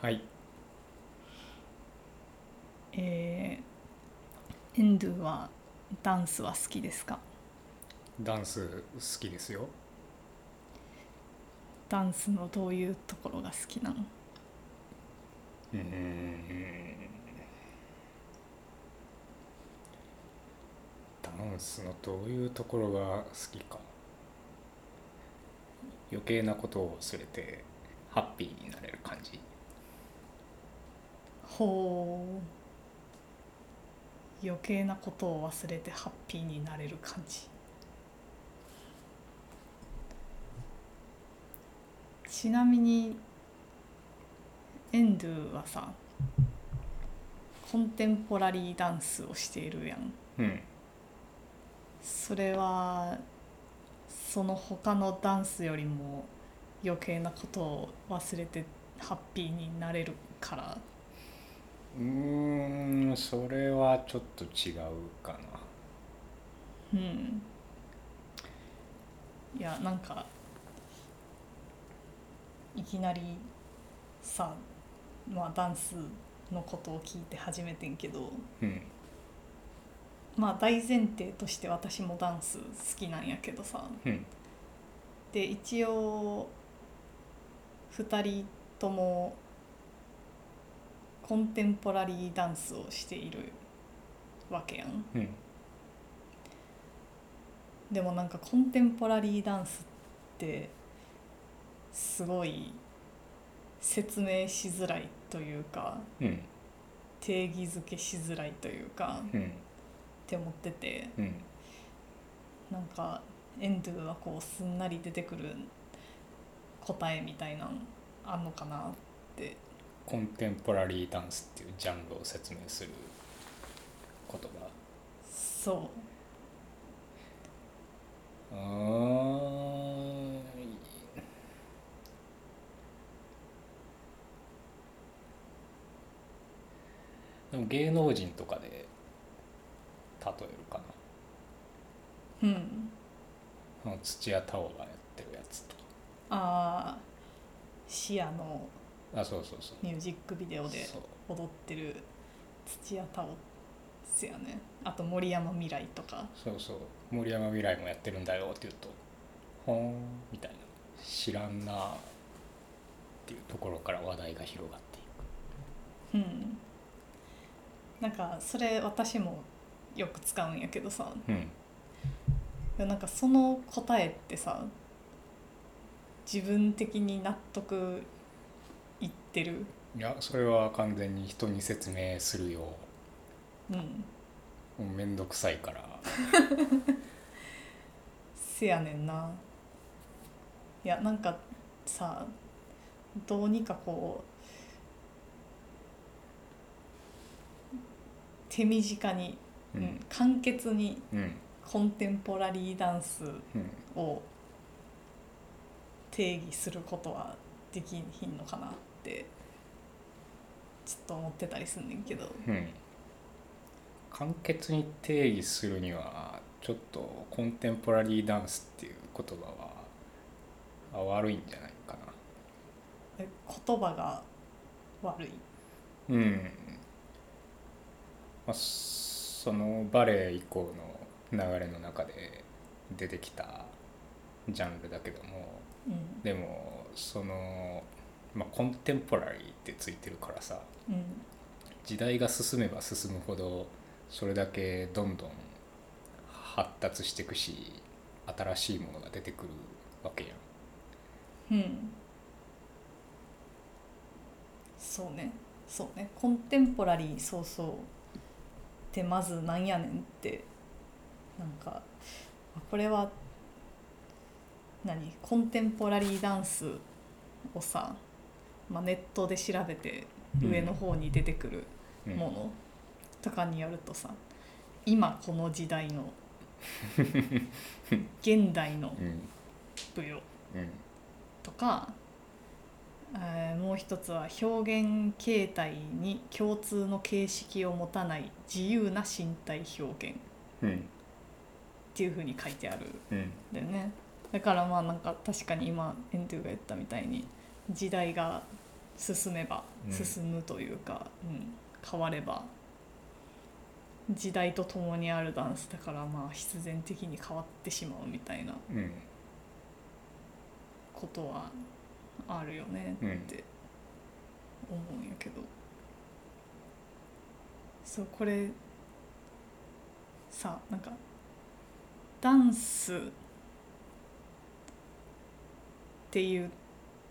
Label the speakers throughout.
Speaker 1: はい
Speaker 2: えー、エンドゥはダンスは好きですか
Speaker 1: ダンス好きですよ
Speaker 2: ダンスのどういうところが好きなの
Speaker 1: うーんダンスのどういうところが好きか余計なことを忘れてハッピーになれる感じ
Speaker 2: ほう余計なことを忘れてハッピーになれる感じちなみにエンドゥはさコンテンポラリーダンスをしているやん
Speaker 1: うん
Speaker 2: それはその他のダンスよりも余計なことを忘れてハッピーになれるから
Speaker 1: うーんそれはちょっと違うかな
Speaker 2: うんいやなんかいきなりさまあダンスのことを聞いて始めてんけど
Speaker 1: うん
Speaker 2: まあ大前提として私もダンス好きなんやけどさ
Speaker 1: うん
Speaker 2: で一応2人ともコンテンポラリーダンスをしているわけやん。
Speaker 1: うん
Speaker 2: でもなんかコンテンポラリーダンスってすごい説明しづらいというか
Speaker 1: うん
Speaker 2: 定義づけしづらいというかっ
Speaker 1: うん
Speaker 2: て思ってて
Speaker 1: うん
Speaker 2: なんかエンドゥはこうすんなり出てくる答えみたいなんあんのかなって
Speaker 1: コンテンポラリーダンスっていうジャンルを説明する言葉
Speaker 2: そう
Speaker 1: うーんでも芸能人とかで例えるかな
Speaker 2: うん
Speaker 1: あの土屋太鳳がやってるやつとか
Speaker 2: ああシアの
Speaker 1: あそうそうそう
Speaker 2: ミュージックビデオで
Speaker 1: そう
Speaker 2: 踊ってる土屋太鳳ですよねあと森山未来とか
Speaker 1: そうそう森山未来もやってるんだよって言うと「ほーん」みたいな知らんなあっていうところから話題が広がってい
Speaker 2: うんなんかそれ私もよく使うんやけどさ
Speaker 1: くうん
Speaker 2: でもなんかその答えってさ自分的に納得いってる
Speaker 1: いやそれは完全に人に説明するよ
Speaker 2: うん
Speaker 1: もうめんどくさいから
Speaker 2: せやねんないやなんかさどうにかこう手短に、
Speaker 1: う
Speaker 2: うんん、簡潔に
Speaker 1: うん
Speaker 2: コンテンポラリーダンス
Speaker 1: うん
Speaker 2: を定義することはできひんのかなってちょっと思ってたりすんねんけど
Speaker 1: うん簡潔に定義するにはちょっとコンテンポラリーダンスっていう言葉はあ悪いんじゃないかな
Speaker 2: え言葉が悪い。
Speaker 1: うん、まあ、そのバレエ以降の流れの中で出てきたジャンルだけども
Speaker 2: うん
Speaker 1: でもその、まあ、コンテンポラリーってついてるからさ
Speaker 2: うん
Speaker 1: 時代が進めば進むほどそれだけどんどん発達していくし新しいものが出てくるわけやん。
Speaker 2: うんそうねそうねコンテンポラリーそうそうってまずなんやねんってなんかあこれは何コンテンポラリーダンスをさ、まあ、ネットで調べて
Speaker 1: うん
Speaker 2: 上の方に出てくる
Speaker 1: うん
Speaker 2: ものとかによるとさ、今この時代 の現代の
Speaker 1: うん
Speaker 2: 舞踊
Speaker 1: うん
Speaker 2: とか、えーもう一つは表現形態に共通の形式を持たない自由な身体表現っ
Speaker 1: うん
Speaker 2: ていうふうに書いてあるん
Speaker 1: うん
Speaker 2: だよねだからまあなんか確かに今エンドゥが言ったみたいに時代が進めば
Speaker 1: うん
Speaker 2: 進むというか、うん変われば時代とともにあるダンスだからまあ必然的に変わってしまうみたいな
Speaker 1: うん
Speaker 2: ことはあるよね
Speaker 1: うん
Speaker 2: って思うんやけど、そうこれさなんかダンスっていう、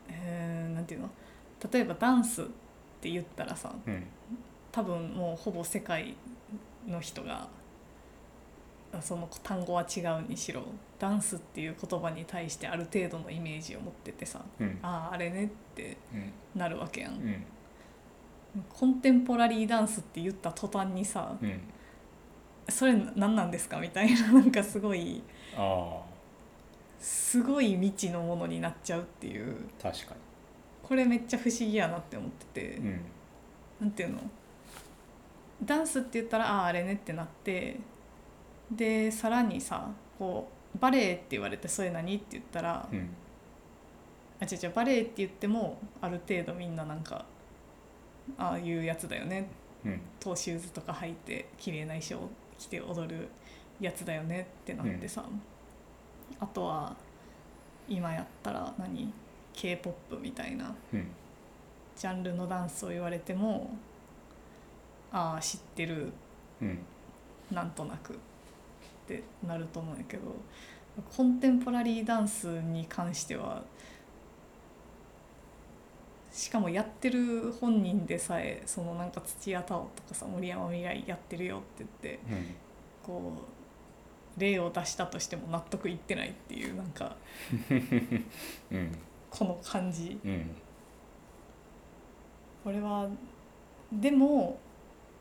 Speaker 2: えーなんていうの例えばダンスって言ったらさ
Speaker 1: うん
Speaker 2: 多分もうほぼ世界の人がその単語は違うにしろダンスっていう言葉に対してある程度のイメージを持っててさ
Speaker 1: うん
Speaker 2: あああれねって
Speaker 1: うん
Speaker 2: なるわけやん、
Speaker 1: うん
Speaker 2: コンテンポラリーダンスって言った途端にさ
Speaker 1: うん
Speaker 2: それ何なんですかみたいな なんかすごい
Speaker 1: あ
Speaker 2: すごい未知のものになっちゃうっていう
Speaker 1: あ確か
Speaker 2: これめっちゃ不思議やなって思ってて、
Speaker 1: にうん
Speaker 2: なんていうのダンスって言ったらあああれねってなってでさらにさこうバレエって言われてそれ何って言ったら、
Speaker 1: うん
Speaker 2: あ違う違うバレエって言ってもある程度みんななんかああいうやつだよね
Speaker 1: うん
Speaker 2: トーシューズとか履いて綺麗な衣装着て踊るやつだよねってなってさ、あとは今やったら何 k p o p みたいな
Speaker 1: うん
Speaker 2: ジャンルのダンスを言われてもああ知ってる
Speaker 1: うん
Speaker 2: なんとなくってなると思うんやけどコンテンポラリーダンスに関してはしかもやってる本人でさえそのなんか土屋太鳳とかさ森山未来やってるよって言って
Speaker 1: うん
Speaker 2: こう例を出したとしても納得いってないっていうなんか
Speaker 1: うん
Speaker 2: この感じ
Speaker 1: うん
Speaker 2: これはでも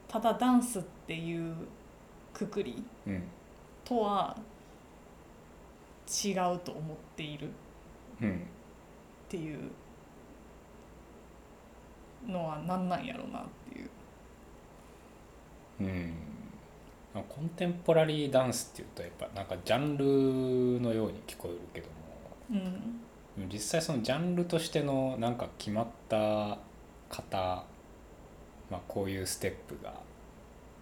Speaker 2: ただダンスっていうくくり
Speaker 1: うん
Speaker 2: とは違うと思っているっ
Speaker 1: うん
Speaker 2: ていうのは何なんやろなっていう
Speaker 1: うんまあコンテンポラリーダンスっていうとやっぱなんかジャンルのように聞こえるけども
Speaker 2: うん
Speaker 1: でも実際そのジャンルとしてのなんか決まった型、まあ、こういうステップが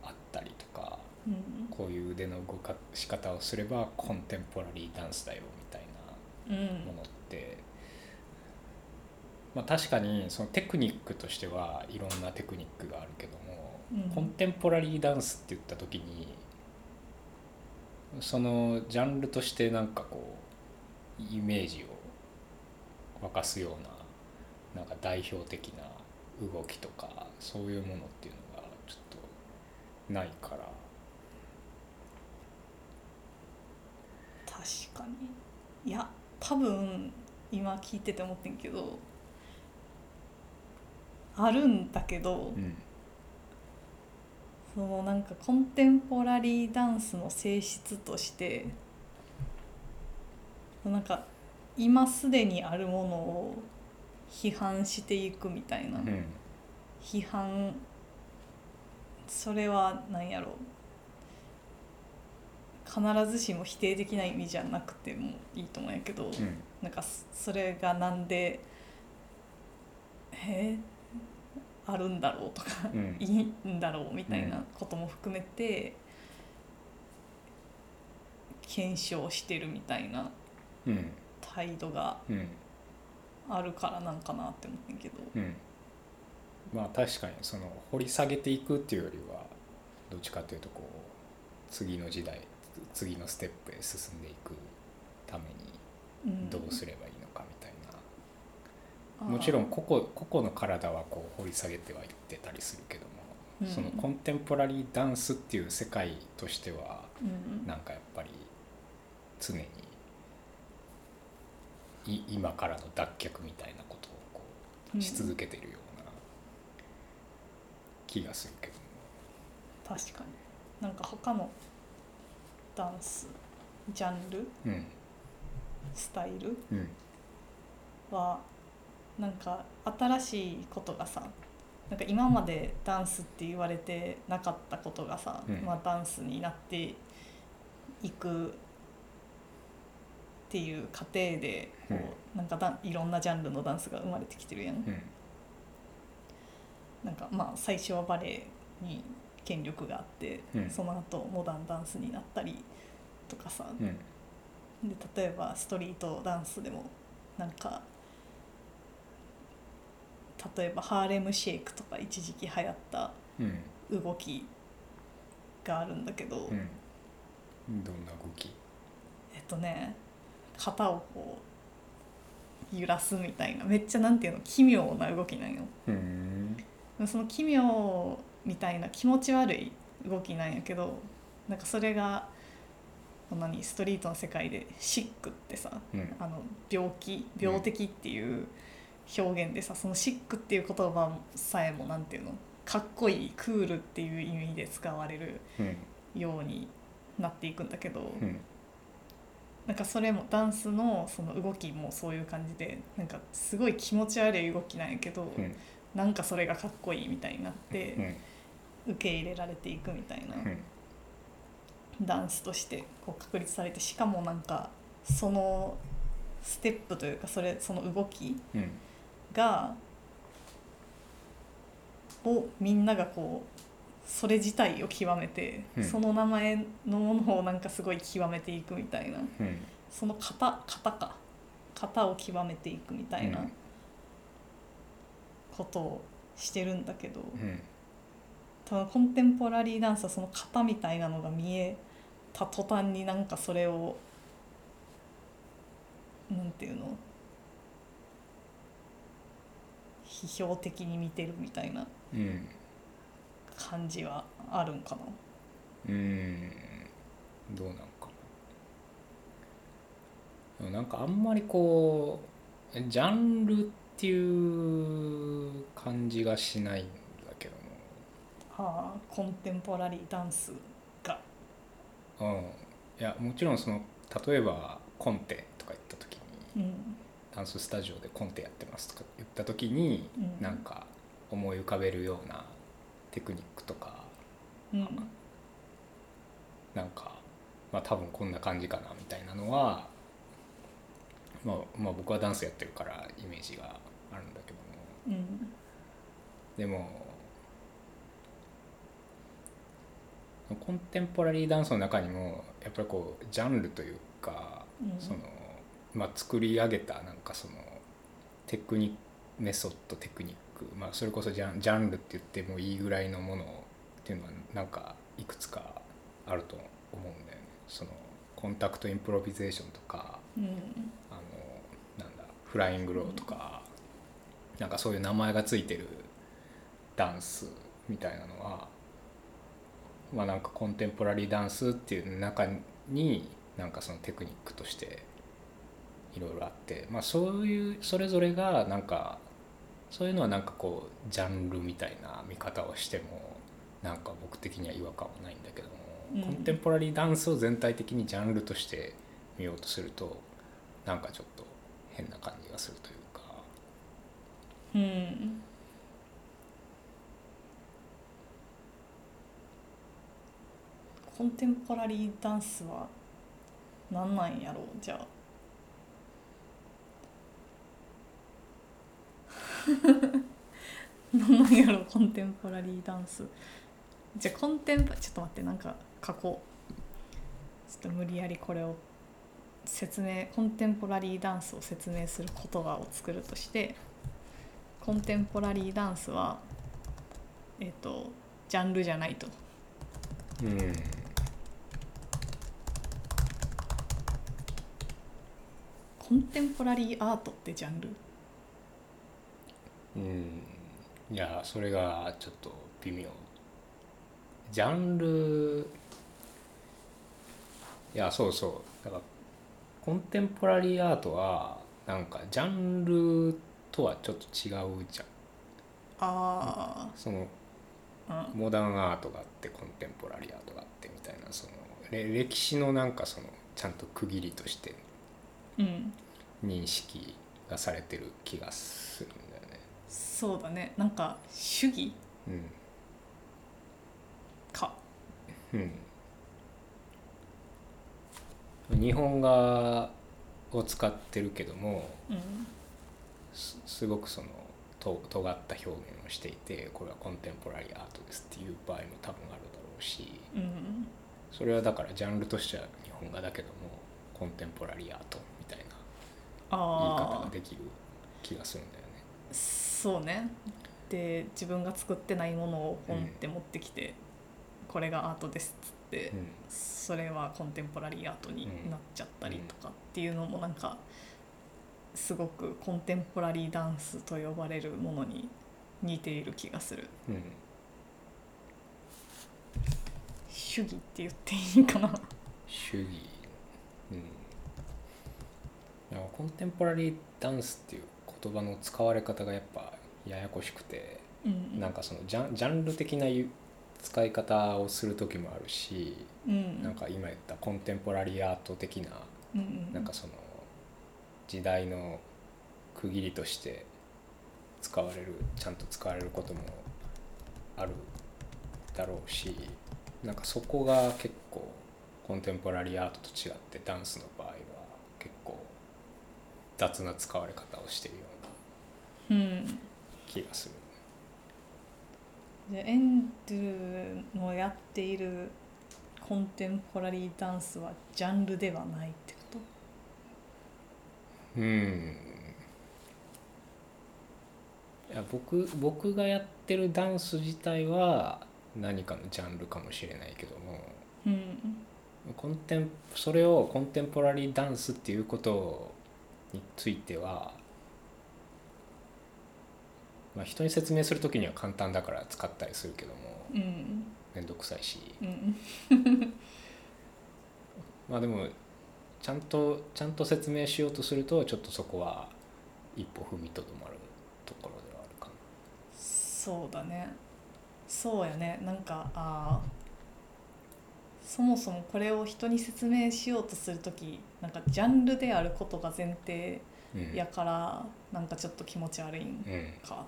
Speaker 1: あったりとか
Speaker 2: うん
Speaker 1: こういう腕の動かし方をすればコンテンポラリーダンスだよみたいな
Speaker 2: うん
Speaker 1: ものって、まあ、確かにそのテクニックとしてはいろんなテクニックがあるけども、
Speaker 2: うん
Speaker 1: コンテンポラリーダンスって言った時にそのジャンルとしてなんかこうイメージを沸かすようななんか代表的な動きとかそういうものっていうのがちょっとないから。
Speaker 2: 確かにいや多分今聞いてて思ってんけどあるんだけど
Speaker 1: うん
Speaker 2: そのなんかコンテンポラリーダンスの性質としてなんか今すでにあるものを批判していくみたいな、
Speaker 1: うん
Speaker 2: 批判それは何やろう必ずしも否定的な意味じゃなくてもいいと思うんやけど、
Speaker 1: うん
Speaker 2: なんかそそれがなんでえーあるんだろうとか、
Speaker 1: うん
Speaker 2: いいんだろうみたい
Speaker 1: うん
Speaker 2: なことも含めて検証してるみたいな
Speaker 1: うん
Speaker 2: 態度が
Speaker 1: うん
Speaker 2: あるからなんかなって思ってんけど
Speaker 1: うん、まあ確かにその掘り下げていくっていうよりはどっちかというとこう次の時代次のステップへ進んでいくために
Speaker 2: うん
Speaker 1: どうすればいいのかみたいな、
Speaker 2: あー
Speaker 1: もちろん個々個々の体はこう掘り下げてはいってたりするけども、
Speaker 2: うん
Speaker 1: そのコンテンポラリーダンスっていう世界としては
Speaker 2: うん
Speaker 1: なんかやっぱり常にい今からの脱却みたいなことをこう
Speaker 2: うん
Speaker 1: し続けているような気がするけども
Speaker 2: 確かになんか他のダンスジャンル
Speaker 1: うん
Speaker 2: スタイル
Speaker 1: うん
Speaker 2: はなんか新しいことがさなんか今までダンスって言われてなかったことがさ、
Speaker 1: うん
Speaker 2: まあ、ダンスになっていくっていう過程でこう、
Speaker 1: う
Speaker 2: なんかだいろんなジャンルのダンスが生まれてきてるやん。
Speaker 1: うん
Speaker 2: なんかまあ最初はバレエに権力があって、
Speaker 1: うん
Speaker 2: その後モダンダンスになったりとかさ、
Speaker 1: うん
Speaker 2: で例えばストリートダンスでもなんか例えばハーレムシェイクとか一時期流行った
Speaker 1: うん
Speaker 2: 動きがあるんだけど、
Speaker 1: うんどんな動き
Speaker 2: えっとね肩をこう揺らすみたいなめっちゃなんていうの奇妙な動きなんよ。
Speaker 1: うん
Speaker 2: その奇妙みたいな気持ち悪い動きなんやけどなんかそれがこんなにストリートの世界でシックってさ
Speaker 1: うん
Speaker 2: あの病気病的っていう表現でさ、そのシックっていう言葉さえもなんていうのかっこいいクールっていう意味で使われる
Speaker 1: うん
Speaker 2: ようになっていくんだけど、
Speaker 1: うん
Speaker 2: なんかそれもダンスのその動きもそういう感じでなんかすごい気持ち悪い動きなんやけど、
Speaker 1: うん
Speaker 2: なんかそれがかっこいいみたいになって。
Speaker 1: うん
Speaker 2: 受け入れられていくみたいな
Speaker 1: うん
Speaker 2: ダンスとしてこう確立されてしかもなんかそのステップというかそれその動き
Speaker 1: うん
Speaker 2: がをみんながこうそれ自体を極めて、
Speaker 1: うん
Speaker 2: その名前のものをなんかすごい極めていくみたいな
Speaker 1: うん
Speaker 2: その型型か型を極めていくみたいな
Speaker 1: うん
Speaker 2: ことをしてるんだけど。
Speaker 1: うん
Speaker 2: 多分コンテンポラリーダンスはその型みたいなのが見えた途端になんかそれをなんていうの批評的に見てるみたいな
Speaker 1: うん
Speaker 2: 感じはあるんかな
Speaker 1: うーんどうなんかなでもなんかあんまりこうジャンルっていう感じがしないんだけ
Speaker 2: ああコンテンポラリーダンスが
Speaker 1: ども、うん、いやもちろんその例えばコンテとか言った時に
Speaker 2: うん
Speaker 1: ダンススタジオでコンテやってますとか言った時に、
Speaker 2: うん
Speaker 1: なんか思い浮かべるようなテクニックとか
Speaker 2: うん
Speaker 1: なんか、まあ、多分こんな感じかなみたいなのは、まあ、まあ僕はダンスやってるからイメージがあるんだけども
Speaker 2: うん
Speaker 1: でもコンテンポラリーダンスの中にもやっぱりこうジャンルというか、
Speaker 2: うん
Speaker 1: そのまあ、作り上げたなんかそのテクニックメソッドテクニック、まあ、それこそジャンジャンルって言ってもいいぐらいのものっていうのはなんかいくつかあると思うんだよね。そのコンタクトインプロビゼーションとか
Speaker 2: うん
Speaker 1: あのなんだフライングローとか、なんかそういう名前がついてるダンスみたいなのはまあなんかコンテンポラリーダンスっていう中になんかそのテクニックとしていろいろあってまあそういうそれぞれがなんかそういうのはなんかこうジャンルみたいな見方をしてもなんか僕的には違和感はないんだけども、
Speaker 2: うん
Speaker 1: コンテンポラリーダンスを全体的にジャンルとして見ようとするとなんかちょっと変な感じがするというか
Speaker 2: うんコンテンポラリーダンスは何なんやろうじゃあ 何なんやろうコンテンポラリーダンスじゃあコンテンポちょっと待ってなんか書こうちょっと無理やりこれを説明コンテンポラリーダンスを説明する言葉を作るとしてコンテンポラリーダンスはえっ、とジャンルじゃないと
Speaker 1: うん
Speaker 2: コンテンポラリーアートってジャンル
Speaker 1: うんいやそれがちょっと微妙ジャンルいやそうそうだからコンテンポラリーアートはなんかジャンルとはちょっと違うじゃん
Speaker 2: あ
Speaker 1: その
Speaker 2: あ
Speaker 1: モダンアートがあってコンテンポラリーアートがあってみたいなそのれ歴史のなんかそのちゃんと区切りとして
Speaker 2: うん、うん、
Speaker 1: 認識がされてる気がするんだよね。
Speaker 2: そうだねなんか主義
Speaker 1: うん
Speaker 2: か
Speaker 1: うん、日本画を使ってるけども
Speaker 2: うん
Speaker 1: すすごくそのと尖った表現をしていてこれはコンテンポラリーアートですっていう場合も多分あるだろうし
Speaker 2: うん
Speaker 1: それはだからジャンルとしては日本画だけどもコンテンポラリーアートみたいな言い
Speaker 2: あ
Speaker 1: 方が
Speaker 2: あ
Speaker 1: できる気がするんだよね。
Speaker 2: そうねで自分が作ってないものをポンって持ってきて、これがアートですっつって、
Speaker 1: うん
Speaker 2: それはコンテンポラリーアートになっちゃったりとかっていうのもなんかすごくコンテンポラリーダンスと呼ばれるものに似ている気がする
Speaker 1: うん
Speaker 2: 主義って言っていいかな
Speaker 1: 主義うんなんかコンテンポラリーダンスっていう言葉の使われ方がやっぱややこしくて
Speaker 2: うん
Speaker 1: なんかそのジャンジャンル的なゆ使い方をする時もあるし
Speaker 2: うん
Speaker 1: なんか今言ったコンテンポラリーアート的な
Speaker 2: うんうん
Speaker 1: なんかその時代の区切りとして使われるちゃんと使われることもあるだろうしなんかそこが結構コンテンポラリーアートと違ってダンスの場合は結構雑な使われ方をしているような
Speaker 2: うん
Speaker 1: 気がする。
Speaker 2: でエンドゥのやっているコンテンポラリーダンスはジャンルではないってこと
Speaker 1: うんいや僕僕がやってるダンス自体は何かのジャンルかもしれないけども
Speaker 2: うん
Speaker 1: コンテンそれをコンテンポラリーダンスっていうことについては、まあ、人に説明する時には簡単だから使ったりするけども
Speaker 2: うん
Speaker 1: 面倒くさいし
Speaker 2: うん
Speaker 1: まあでもちゃんとちゃんと説明しようとするとちょっとそこは一歩踏みとどまるところではあるかな。
Speaker 2: そうだねそうやねなんかあーそもそもこれを人に説明しようとする時なんかジャンルであることが前提
Speaker 1: うん
Speaker 2: やから、なんかちょっと気持ち悪いん
Speaker 1: うん、
Speaker 2: か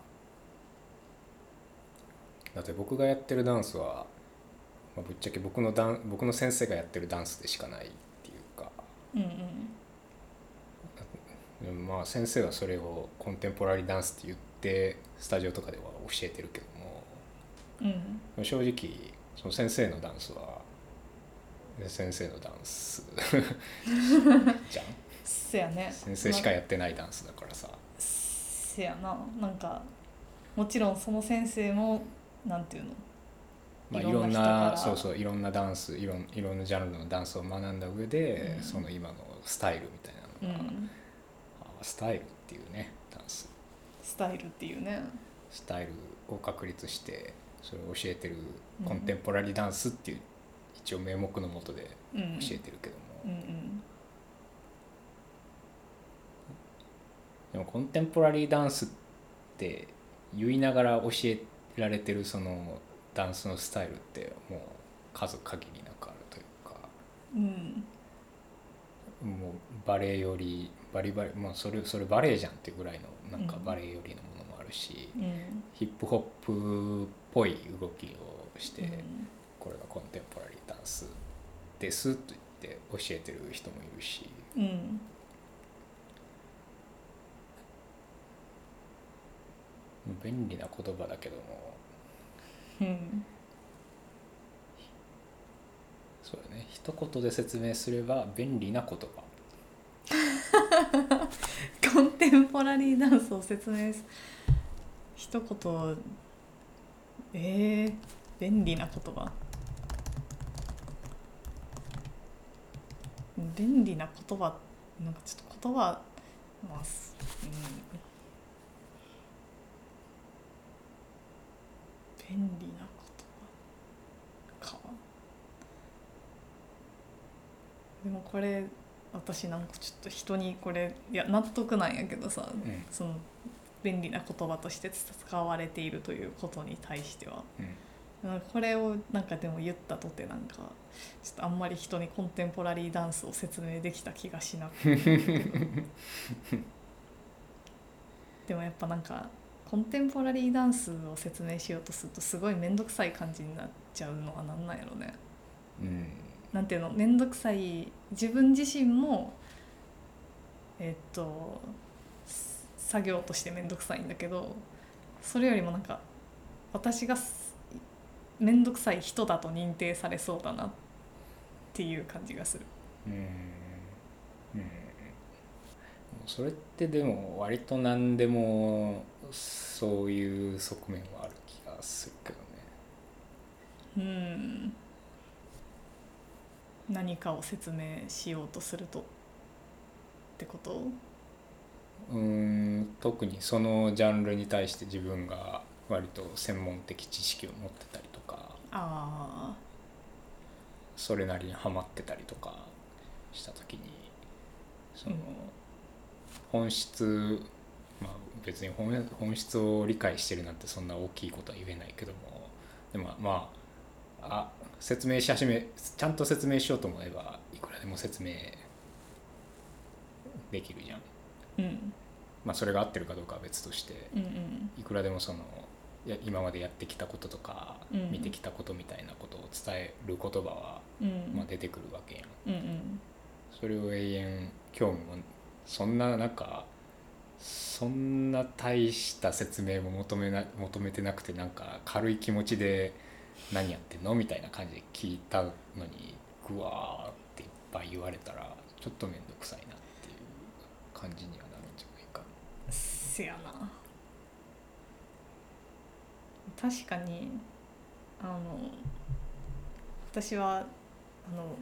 Speaker 1: だって僕がやってるダンスは、まあ、ぶっちゃけ僕のダン僕の先生がやってるダンスでしかないっていうか、
Speaker 2: うんうん
Speaker 1: うんまあ、先生はそれをコンテンポラリーダンスって言ってスタジオとかでは教えてるけど
Speaker 2: うん
Speaker 1: も正直その先生のダンスは先生のダンスじゃん
Speaker 2: せやね
Speaker 1: 先生しかやってないダンスだからさ。
Speaker 2: せやななんかもちろんその先生もなんていうの
Speaker 1: まあ、い
Speaker 2: いろ
Speaker 1: ろ
Speaker 2: んなん人か
Speaker 1: な
Speaker 2: ら
Speaker 1: そうそういろんなダンスいろんいろんなジャンルのダンスを学んだ上で、
Speaker 2: うん
Speaker 1: その今のスタイルみたいなのが、
Speaker 2: うん
Speaker 1: あスタイルっていうねダンス
Speaker 2: スタイルっていうね
Speaker 1: スタイルを確立してそれを教えてるコンテンポラリーダンスっていう、一応名目のもとで
Speaker 2: うん
Speaker 1: 教えてるけども、
Speaker 2: うんうん
Speaker 1: でもコンテンポラリーダンスって言いながら教えられてるそのダンスのスタイルってもう数限りなくあるというか。
Speaker 2: うん
Speaker 1: もうバレエよりバリバリ、まあ、それそれバレエじゃんっていうぐらいのなんか
Speaker 2: うん
Speaker 1: バレエよりのものもあるし、
Speaker 2: うん
Speaker 1: ヒップホップっぽい動きをして、
Speaker 2: うん
Speaker 1: これがコンテンポラリーダンスですと言って教えてる人もいるし
Speaker 2: うん
Speaker 1: 便利な言葉だけども
Speaker 2: うん
Speaker 1: そうだね一言で説明すれば便利な言葉
Speaker 2: コンテンポラリーダンスを説明す一言えー、便利な言葉便利な言葉なんかちょっと言葉まあすうん便利な言葉かでもこれ私なんかちょっと人にこれいや納得なんやけどさ
Speaker 1: うん
Speaker 2: その便利な言葉として使われているということに対しては
Speaker 1: うん
Speaker 2: なんかこれをなんかでも言ったとてなんかちょっとあんまり人にコンテンポラリーダンスを説明できた気がしなくてでもやっぱなんかコンテンポラリーダンスを説明しようとするとすごい面倒くさい感じになっちゃうのはなんなんやろね。
Speaker 1: うん
Speaker 2: なんていうの面倒くさい自分自身もえっと s- 作業として面倒くさいんだけどそれよりもなんか私がす面倒くさい人だと認定されそうだなっていう感じがする
Speaker 1: うんうんそれってでも割と何でもそういう側面はある気がするけどね
Speaker 2: うん何かを説明しようとするとってこと
Speaker 1: うーん特にそのジャンルに対して自分が割と専門的知識を持ってたりとか
Speaker 2: ああ
Speaker 1: それなりにハマってたりとかした時にその
Speaker 2: うん
Speaker 1: 本質まあ別に本本質を理解してるなんてそんな大きいことは言えないけどもでもまああ説明し始めちゃんと説明しようと思えばいくらでも説明できるじゃん。
Speaker 2: うん
Speaker 1: まあ、それが合ってるかどうかは別として
Speaker 2: うんうん
Speaker 1: いくらでもそのいや今までやってきたこととか
Speaker 2: うん
Speaker 1: 見てきたことみたいなことを伝える言葉は、
Speaker 2: うん
Speaker 1: まあ、出てくるわけやん
Speaker 2: うんうん
Speaker 1: それを永遠興味もそんななんかそんな大した説明も求めな求めてなくてなんか軽い気持ちで「何やってんの?」みたいな感じで聞いたのにぐわーっていっぱい言われたらちょっと面倒くさいなっていう感じにはなるんじゃないかな。
Speaker 2: せやな確かにあの私はあの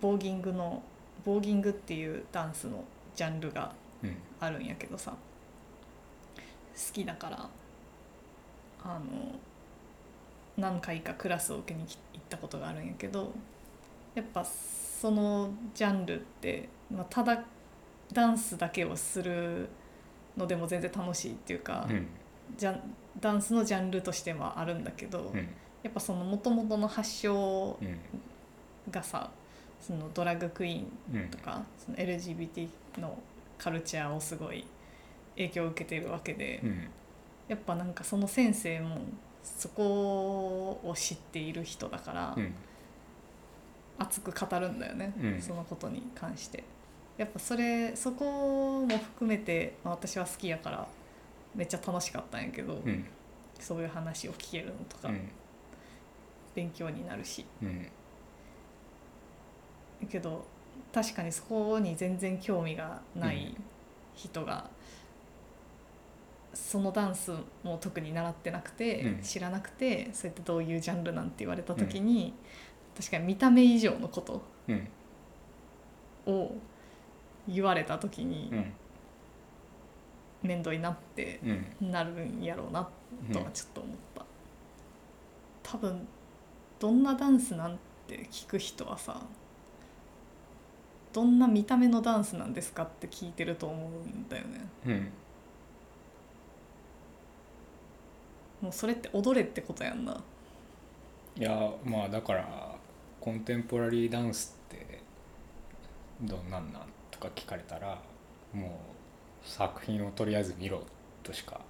Speaker 2: ボーギングのボーギングっていうダンスのジャンルが
Speaker 1: うん
Speaker 2: あるんやけどさ好きだからあの何回かクラスを受けに行ったことがあるんやけどやっぱそのジャンルって、まあ、ただダンスだけをするのでも全然楽しいっていうか、
Speaker 1: うん
Speaker 2: ジャンダンスのジャンルとしてはあるんだけど、
Speaker 1: うん
Speaker 2: やっぱその元々の発祥
Speaker 1: うん
Speaker 2: がさそのドラッグクイーン
Speaker 1: うん
Speaker 2: とかその LGBT のカルチャーをすごい影響を受けているわけで、
Speaker 1: うん
Speaker 2: やっぱなんかその先生もそこを知っている人だから、
Speaker 1: うん
Speaker 2: 熱く語るんだよね、
Speaker 1: うん
Speaker 2: そのことに関して。やっぱそれそこも含めて、まあ私は好きやからめっちゃ楽しかったんやけど、
Speaker 1: うん
Speaker 2: そういう話を聞けるのとか、
Speaker 1: うん
Speaker 2: 勉強になるし
Speaker 1: うん
Speaker 2: けど確かにそこに全然興味がない人が、そのダンスも特に習ってなくて、
Speaker 1: うん
Speaker 2: 知らなくてそうやってどういうジャンルなんて言われた時に、確かに見た目以上のこと
Speaker 1: うん
Speaker 2: を言われた時
Speaker 1: う
Speaker 2: に
Speaker 1: ん
Speaker 2: 面倒になって
Speaker 1: うん
Speaker 2: なるんやろうな
Speaker 1: うん
Speaker 2: とはちょっと思った。多分どんなダンスなんて聞く人はさどんな見た目のダンスなんですかって聞いてると思うんだよね
Speaker 1: うん
Speaker 2: もうそれって踊れってことやんない
Speaker 1: やまあだからコンテンポラリーダンスってどんなんなんとか聞かれたらもう作品をとりあえず見ろとしか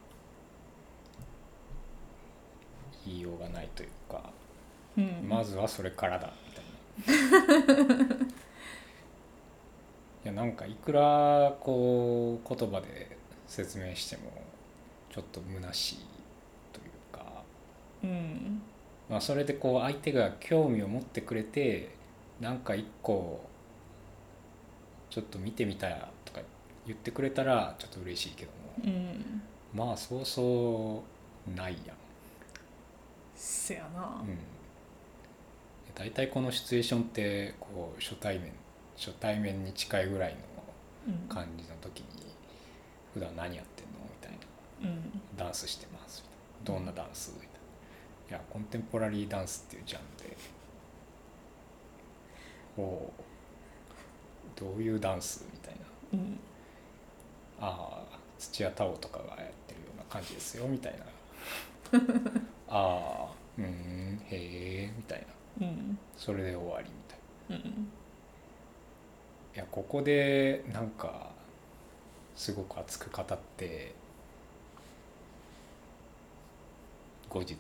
Speaker 1: 言いようがないというか、
Speaker 2: うん
Speaker 1: まずはそれからだみたいな。いやなんかいくらこう言葉で説明してもちょっと虚しいというか。
Speaker 2: うん
Speaker 1: まあ、それでこう相手が興味を持ってくれてなんか一個ちょっと見てみたらとか言ってくれたらちょっと嬉しいけども
Speaker 2: うん
Speaker 1: まあそうそうないや、
Speaker 2: せやなん
Speaker 1: うん、大体このシチュエーションってこう初対面初対面に近いぐらいの
Speaker 2: うん
Speaker 1: 感じの時に普段何やってんのみたいな
Speaker 2: うん
Speaker 1: ダンスしてますみたいなどんなダンスみたいないやコンテンポラリーダンスっていうジャンルでおうどういうダンスみたいな
Speaker 2: うん
Speaker 1: ああ土屋太鳳とかがやってるような感じですよみたいなああうーんへえみたいな
Speaker 2: うん
Speaker 1: それで終わりみたいな
Speaker 2: うん
Speaker 1: いやここでなんかすごく熱く語って後日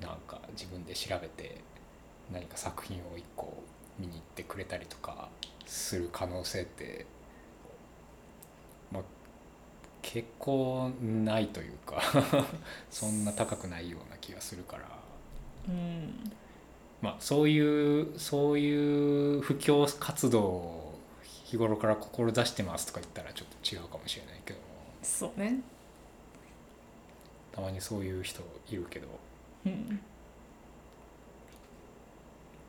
Speaker 1: なんか自分で調べて何か作品を一個見に行ってくれたりとかする可能性ってまあ経結構ないというか そんな高くないような気がするから
Speaker 2: うん
Speaker 1: まあそういうそういう布教活動を日頃から志してますとか言ったらちょっと違うかもしれないけども
Speaker 2: そうね
Speaker 1: たまにそういう人いるけど
Speaker 2: うん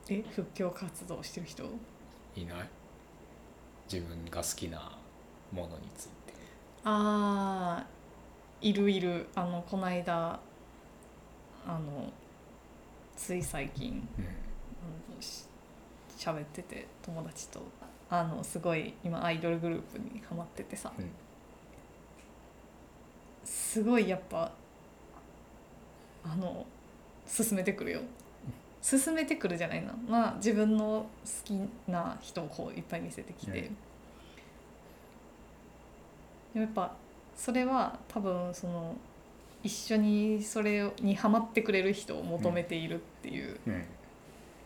Speaker 2: え復興活動してる人
Speaker 1: いない自分が好きなものについて
Speaker 2: あーいるいるあのこの間あのつい最近
Speaker 1: うん
Speaker 2: あのし喋ってて友達とあのすごい今アイドルグループにハマっててさ、
Speaker 1: うん
Speaker 2: すごいやっぱあの進めてくるよ進めてくるじゃないなまあ自分の好きな人をこういっぱい見せてきて、
Speaker 1: うん
Speaker 2: でもやっぱそれは多分その一緒にそれにハマってくれる人を求めているっていう
Speaker 1: うん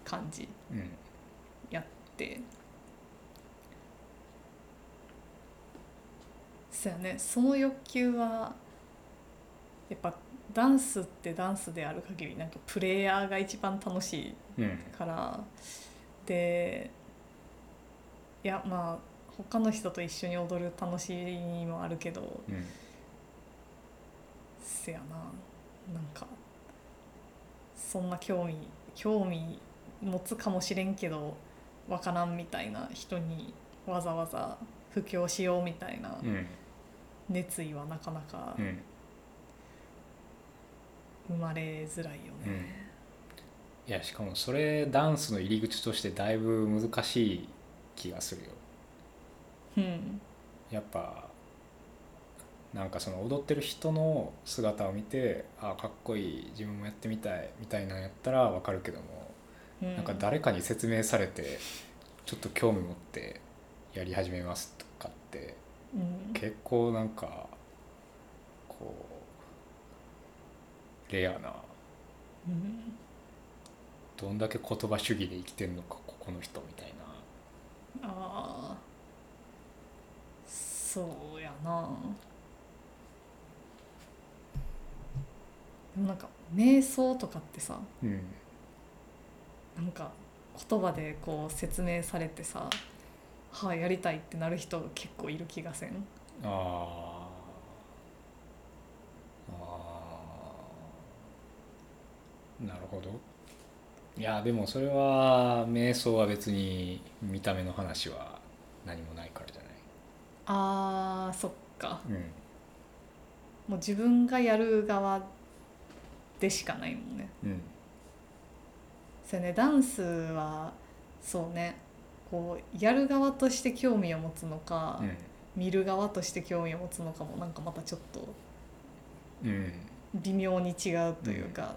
Speaker 2: 感じ
Speaker 1: うん
Speaker 2: ってそうやねその欲求はやっぱダンスってダンスである限りなんかプレイヤーが一番楽しい
Speaker 1: うん
Speaker 2: からでいやまあ他の人と一緒に踊る楽しみもあるけど
Speaker 1: うん
Speaker 2: せやななんかそんな興味興味持つかもしれんけどわからんみたいな人にわざわざ布教しようみたいな
Speaker 1: うん
Speaker 2: 熱意はなかなか
Speaker 1: うん
Speaker 2: 生まれづらいよね。
Speaker 1: いやしかもそれダンスの入り口としてだいぶ難しい気がするよ
Speaker 2: うん、
Speaker 1: やっぱなんかその踊ってる人の姿を見てあかっこいい自分もやってみたいみたいなんやったらわかるけども、
Speaker 2: うん、
Speaker 1: なんか誰かに説明されてちょっと興味持ってやり始めますとかって
Speaker 2: うん、
Speaker 1: 結構なんかこうレアな
Speaker 2: うん
Speaker 1: どんだけ言葉主義で生きてんのかここの人みたいな。
Speaker 2: ああそうやなでもなんか瞑想とかってさ
Speaker 1: うん
Speaker 2: なんか言葉でこう説明されてさ「はあやりたい」ってなる人結構いる気がせん
Speaker 1: あーあーなるほどいやでもそれは瞑想は別に見た目の話は何もないからじゃな
Speaker 2: あーそっか
Speaker 1: い、
Speaker 2: もう自分がやる側でしかないもんね
Speaker 1: うんうん、
Speaker 2: そうやねダンスはそうねこうやる側として興味を持つのか、見る側として興味を持つのかもなんかまたちょっと
Speaker 1: うん
Speaker 2: 微妙に違うというか、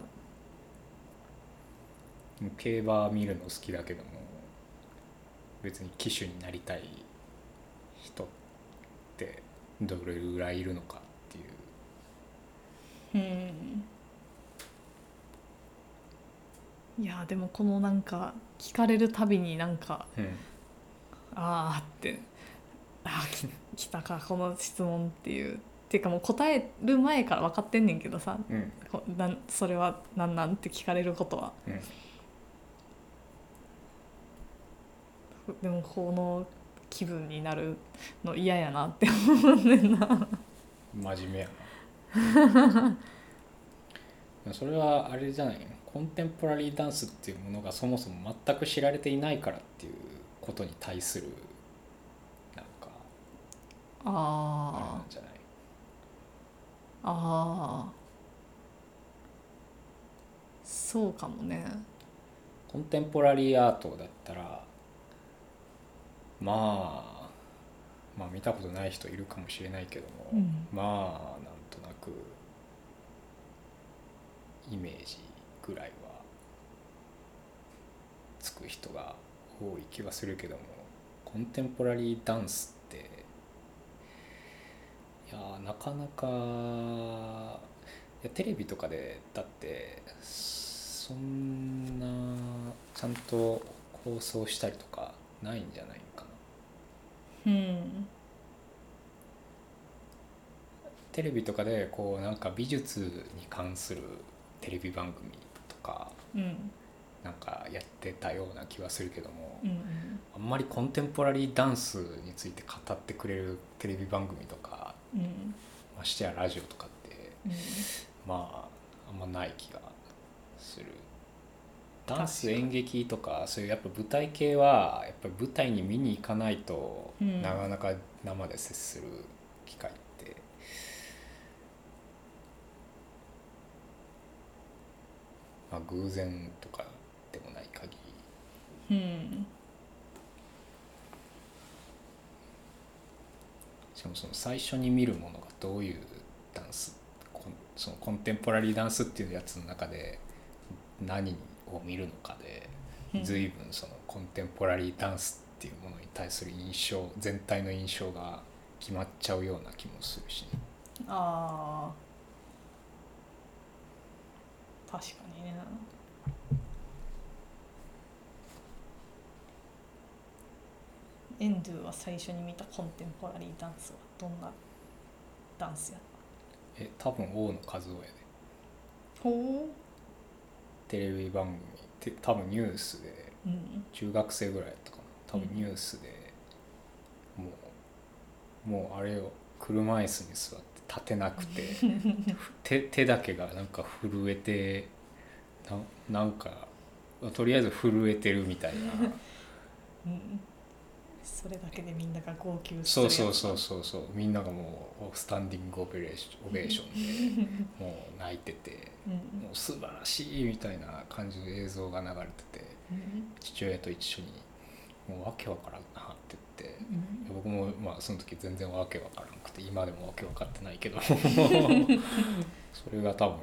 Speaker 1: うん、競馬見るの好きだけども別に騎手になりたい人ってどれぐらいいるのかっていう
Speaker 2: うんいやでもこのなんか聞かれるたびになんか
Speaker 1: うん
Speaker 2: ああってああき来たかこの質問っていうっていうかもう答える前から分かってんねんけどさ
Speaker 1: うん
Speaker 2: こなんそれはなんなんって聞かれることは
Speaker 1: うん
Speaker 2: でもこの気分になるの嫌やなって思うねんな
Speaker 1: 真面目やなそれはあれじゃないのコンテンポラリーダンスっていうものがそもそも全く知られていないからっていうことに対するなんかあれな
Speaker 2: あ
Speaker 1: んじゃない
Speaker 2: あああそうかもね
Speaker 1: コンテンポラリーアートだったらまあまあ見たことない人いるかもしれないけども、
Speaker 2: うん
Speaker 1: まあなんとなくイメージぐらいはつく人が多い気はするけどもコンテンポラリーダンスっていやーなかなかいやテレビとかでだってそんなちゃんと放送したりとかないんじゃないかな
Speaker 2: うん
Speaker 1: テレビとかでこうなんか美術に関するテレビ番組とか
Speaker 2: うん
Speaker 1: なんかやってたような気はするけども、
Speaker 2: うん
Speaker 1: あんまりコンテンポラリーダンスについて語ってくれるテレビ番組とか
Speaker 2: うんうん
Speaker 1: ましてやラジオとかってまああんまない気がするダンス
Speaker 2: 確かに
Speaker 1: 演劇とかそういうやっぱ舞台系はやっぱり舞台に見に行かないと、
Speaker 2: うん
Speaker 1: なかなか生で接する機会ってまあ偶然とかでもない限り
Speaker 2: うん
Speaker 1: しかもその最初に見るものがどういうダンスコンそのコンテンポラリーダンスっていうやつの中で何を見るのかで
Speaker 2: うん
Speaker 1: 随分そのコンテンポラリーダンスっていうものに対する印象全体の印象が決まっちゃうような気もするしね、
Speaker 2: あー確かにねエンドゥは最初に見たコンテンポラリーダンスはどんなダンスやっ
Speaker 1: え多分大野和夫やで
Speaker 2: たほ
Speaker 1: テレビ番組て多分ニュースで
Speaker 2: う、うん、
Speaker 1: 中学生ぐらいとかな多分ニュースで、もうもうあれを車椅子に座って立て なくて手手だけがなんか震えてななんかとりあえず震えてるみたいな
Speaker 2: うん、それだけでみんなが号泣する
Speaker 1: そう
Speaker 2: やつ
Speaker 1: そうそうそうそうみんながもうスタンディングオベーションオベーションでもう泣いてて
Speaker 2: うん
Speaker 1: もう素晴らしいみたいな感じの映像が流れてて
Speaker 2: うん
Speaker 1: 父親と一緒にもうわけわからんなって言って。
Speaker 2: うん
Speaker 1: 僕もまあその時全然わけわからなくて今でもわけわかってないけどそれが多分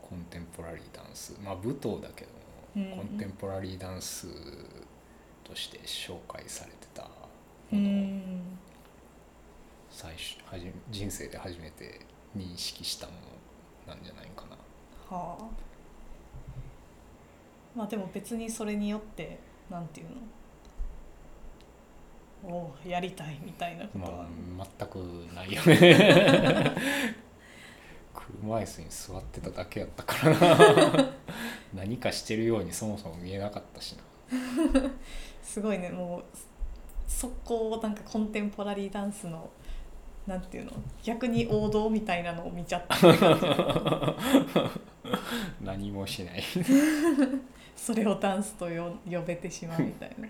Speaker 1: コンテンポラリーダンスまあ舞踏だけども、
Speaker 2: うん
Speaker 1: コンテンポラリーダンスとして紹介されてた
Speaker 2: う
Speaker 1: ものを
Speaker 2: ん
Speaker 1: 最初はじめ人生で初めて認識したものなんじゃないかな。
Speaker 2: はあまあでも別にそれによってなんていうのおうやりたいみたいなことは、
Speaker 1: まあ全くないよ ね車椅子に座ってただけやったからな何かしてるようにそもそも見えなかったしな
Speaker 2: すごいねもうそ速攻をなんかコンテンポラリーダンスのなんていうの逆に王道みたいなのを見ちゃった
Speaker 1: 何もしない
Speaker 2: それをダンスとよ呼べてしまうみた いな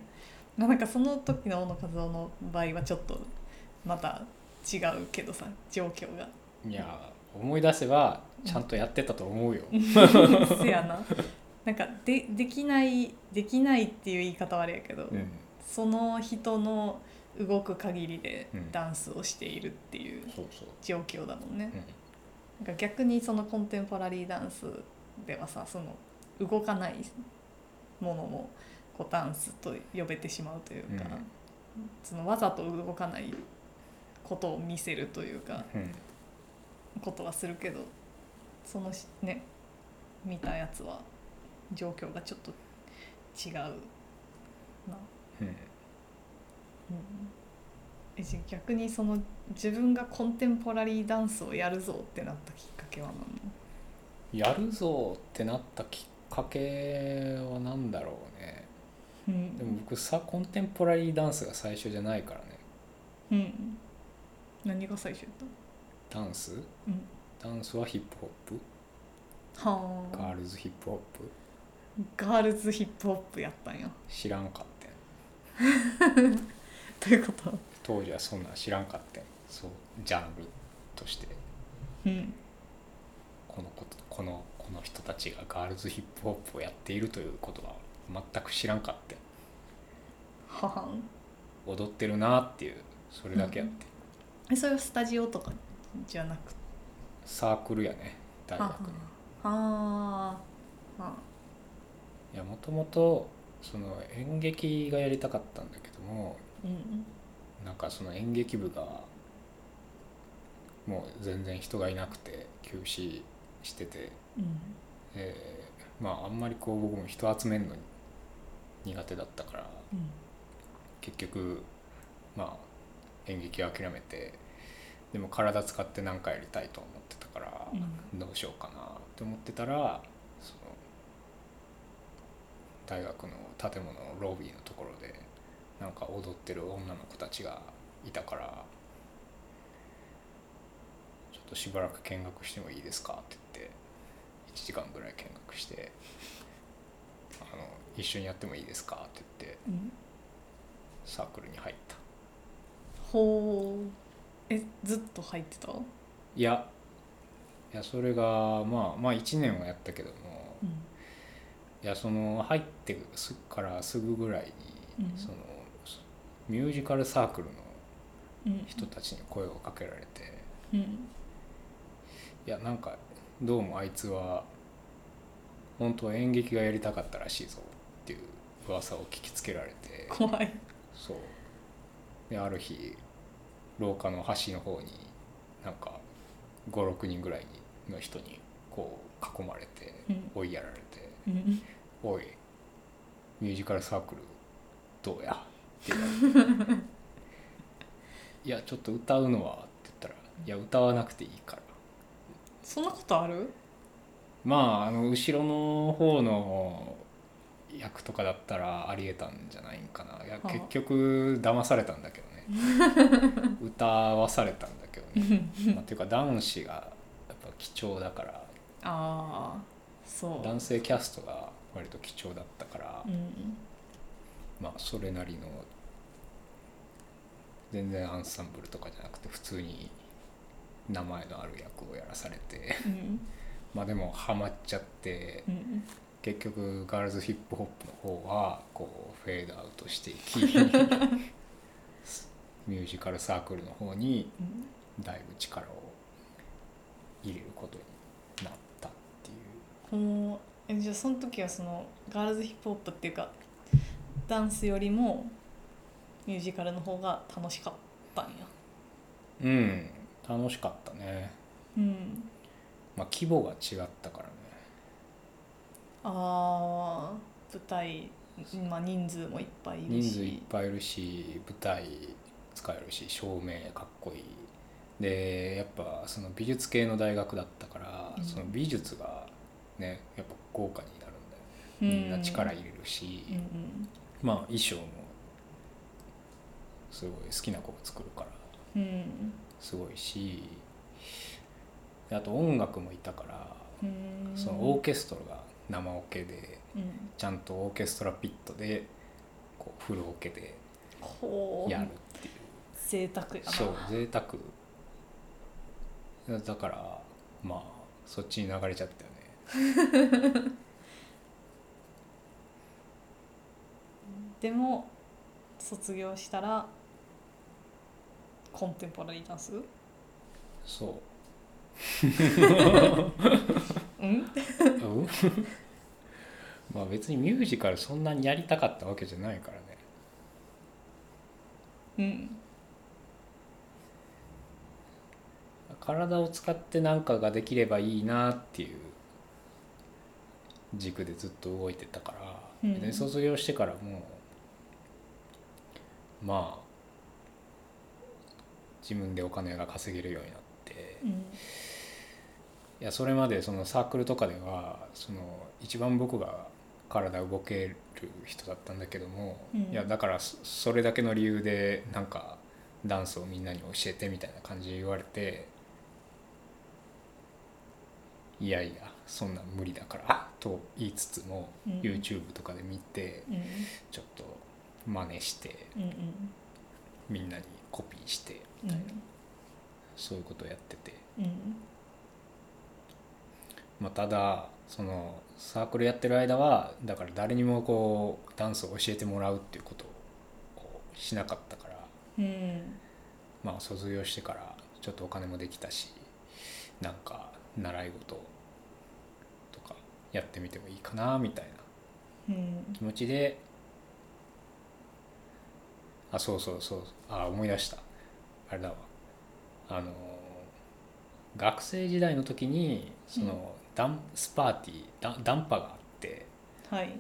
Speaker 2: まあなんかその時の小野和夫の場合はちょっとまた違うけどさ状況が
Speaker 1: いや思い出せばちゃんとやってたと思うよ、
Speaker 2: せやななんかでできないできないっていう言い方はあれやけど、
Speaker 1: うん、
Speaker 2: その人の動く限りで
Speaker 1: うん
Speaker 2: ダンスをしているっていう
Speaker 1: そうそう、
Speaker 2: 状況だもんね
Speaker 1: う、ん、
Speaker 2: なんか逆にそのコンテンポラリーダンスではさその動かないものもこうダンスと呼べてしまうというか、
Speaker 1: うん
Speaker 2: そのわざと動かないことを見せるというか
Speaker 1: うん、
Speaker 2: ことはするけどそのしね見たやつは状況がちょっと違うな。
Speaker 1: うん、
Speaker 2: うんえじゃあ逆にその自分がコンテンポラリーダンスをやるぞってなったきっかけは何
Speaker 1: やるぞってなったきっかけは何だろうね
Speaker 2: なの
Speaker 1: でも僕さコンテンポラリーダンスが最初じゃないからね
Speaker 2: うん、うん、何が最初やった
Speaker 1: ダンス
Speaker 2: うん
Speaker 1: ダンスはヒップホップ
Speaker 2: は
Speaker 1: ガ
Speaker 2: あ
Speaker 1: ールズヒップホップ
Speaker 2: ガールズヒップホップやったんや
Speaker 1: 知らんかってん
Speaker 2: ということ
Speaker 1: 当時はそんなん知らんかってんそうジャンルとして
Speaker 2: うん
Speaker 1: このことこのこの人たちがガールズヒップホップをやっているということは全く知らんかってん
Speaker 2: ははん
Speaker 1: 踊ってるなっていうそれだけやってん、
Speaker 2: えそれはスタジオとかじゃなくて
Speaker 1: サークルやね大
Speaker 2: は
Speaker 1: 学の
Speaker 2: あはあ
Speaker 1: いやもともとその演劇がやりたかったんだけども
Speaker 2: うん
Speaker 1: なんかその演劇部がもう全然人がいなくて休止してて
Speaker 2: うん
Speaker 1: えーまああんまりこう僕も人集めるの苦手だったから
Speaker 2: うん
Speaker 1: 結局まあ演劇を諦めてでも体使って何かやりたいと思ってたから、
Speaker 2: う
Speaker 1: どうしようかなって思ってたらその大学の建物のロビーのところでなんか踊ってる女の子たちがいたから「ちょっとしばらく見学してもいいですか?」って言って1時間ぐらい見学して「あの一緒にやってもいいですか?」って言って
Speaker 2: ん、
Speaker 1: サークルに入った。
Speaker 2: ほうえずっと入ってた、うん、
Speaker 1: いやいやそれがまあまあ1年はやったけどもいやその入ってすからすぐぐらいに、
Speaker 2: うん
Speaker 1: そのミュージカルサークルの
Speaker 2: うん
Speaker 1: 人たちに声をかけられて、
Speaker 2: うん
Speaker 1: いやなんかどうもあいつは本当は演劇がやりたかったらしいぞっていう噂を聞きつけられて
Speaker 2: 怖い
Speaker 1: そうである日廊下の端の方になんか56人ぐらいの人にこう囲まれて
Speaker 2: うん
Speaker 1: 追いやられて
Speaker 2: うん
Speaker 1: 「おいミュージカルサークルどうや?」って言われ て「いやちょっと歌うのは」って言ったら「いや歌わなくていいから」
Speaker 2: そんなことある
Speaker 1: まああの後ろの方の役とかだったらありえたんじゃないんかないや
Speaker 2: あ
Speaker 1: 結局騙されたんだけど ね歌わされたんだけどね、まあ、っていうか男子がやっぱ貴重だから
Speaker 2: ああそう
Speaker 1: 男性キャストが割と貴重だったから、
Speaker 2: うん
Speaker 1: まあそれなりの全然アンサンブルとかじゃなくて普通に名前のある役をやらされて
Speaker 2: うん
Speaker 1: まあでもハマっちゃって
Speaker 2: うん
Speaker 1: 結局ガールズヒップホップの方はこうフェードアウトして いきミュージカルサークルの方に
Speaker 2: うん
Speaker 1: だいぶ力を入れることになったっていう
Speaker 2: ほうえじゃあその時はそのガールズヒップホップっていうかダンスよりもミュージカルの方が楽しかったんや
Speaker 1: うん楽しかったね
Speaker 2: うん
Speaker 1: まあ規模が違ったからね
Speaker 2: あー舞台、まあ、人数もいっぱいいる
Speaker 1: 人
Speaker 2: し
Speaker 1: 数いっぱいいるし舞台使えるし照明かっこいいでやっぱその美術系の大学だったから、
Speaker 2: うん
Speaker 1: その美術がねやっぱ豪華になるんだよねみんな力入れるし、
Speaker 2: うんうん
Speaker 1: まあ衣装もすごい好きな子が作るから
Speaker 2: うん
Speaker 1: すごいしであと音楽もいたから、
Speaker 2: うん
Speaker 1: そのオーケストラが生オケで
Speaker 2: うん
Speaker 1: ちゃんとオーケストラピットでこうフルオケで
Speaker 2: ほう
Speaker 1: やるっていう
Speaker 2: 贅沢やな
Speaker 1: そう贅沢だからまあそっちに流れちゃったよね
Speaker 2: でも卒業したらコンテンポラリーダンス
Speaker 1: そう
Speaker 2: うん
Speaker 1: うん まあ別にミュージカルそんなにやりたかったわけじゃないからね
Speaker 2: うん
Speaker 1: 体を使って何かができればいいなっていう軸でずっと動いてたから、
Speaker 2: うん
Speaker 1: 別に卒業してからもうまあ自分でお金が稼げるようになって
Speaker 2: うん
Speaker 1: いやそれまでそのサークルとかではその一番僕が体動ける人だったんだけども、
Speaker 2: うん
Speaker 1: いやだからそそれだけの理由でなんかダンスをみんなに教えてみたいな感じで言われていやいやそんなん無理だからと言いつつも、
Speaker 2: うん
Speaker 1: YouTube とかで見て
Speaker 2: うん
Speaker 1: ちょっと真似して
Speaker 2: うん
Speaker 1: みんなにコピーして
Speaker 2: うん
Speaker 1: そういうことをやってて。
Speaker 2: うんうん
Speaker 1: まあ、ただそのサークルやってる間はだから誰にもこうダンスを教えてもらうっていうことをしなかったから
Speaker 2: うん
Speaker 1: まあ卒業してからちょっとお金もできたしなんか習い事とかやってみてもいいかなみたいな
Speaker 2: うん
Speaker 1: 気持ちであそうそうそうあ思い出したあれだわあの学生時代の時にそのダンスパーティーダダンパがあって、
Speaker 2: はい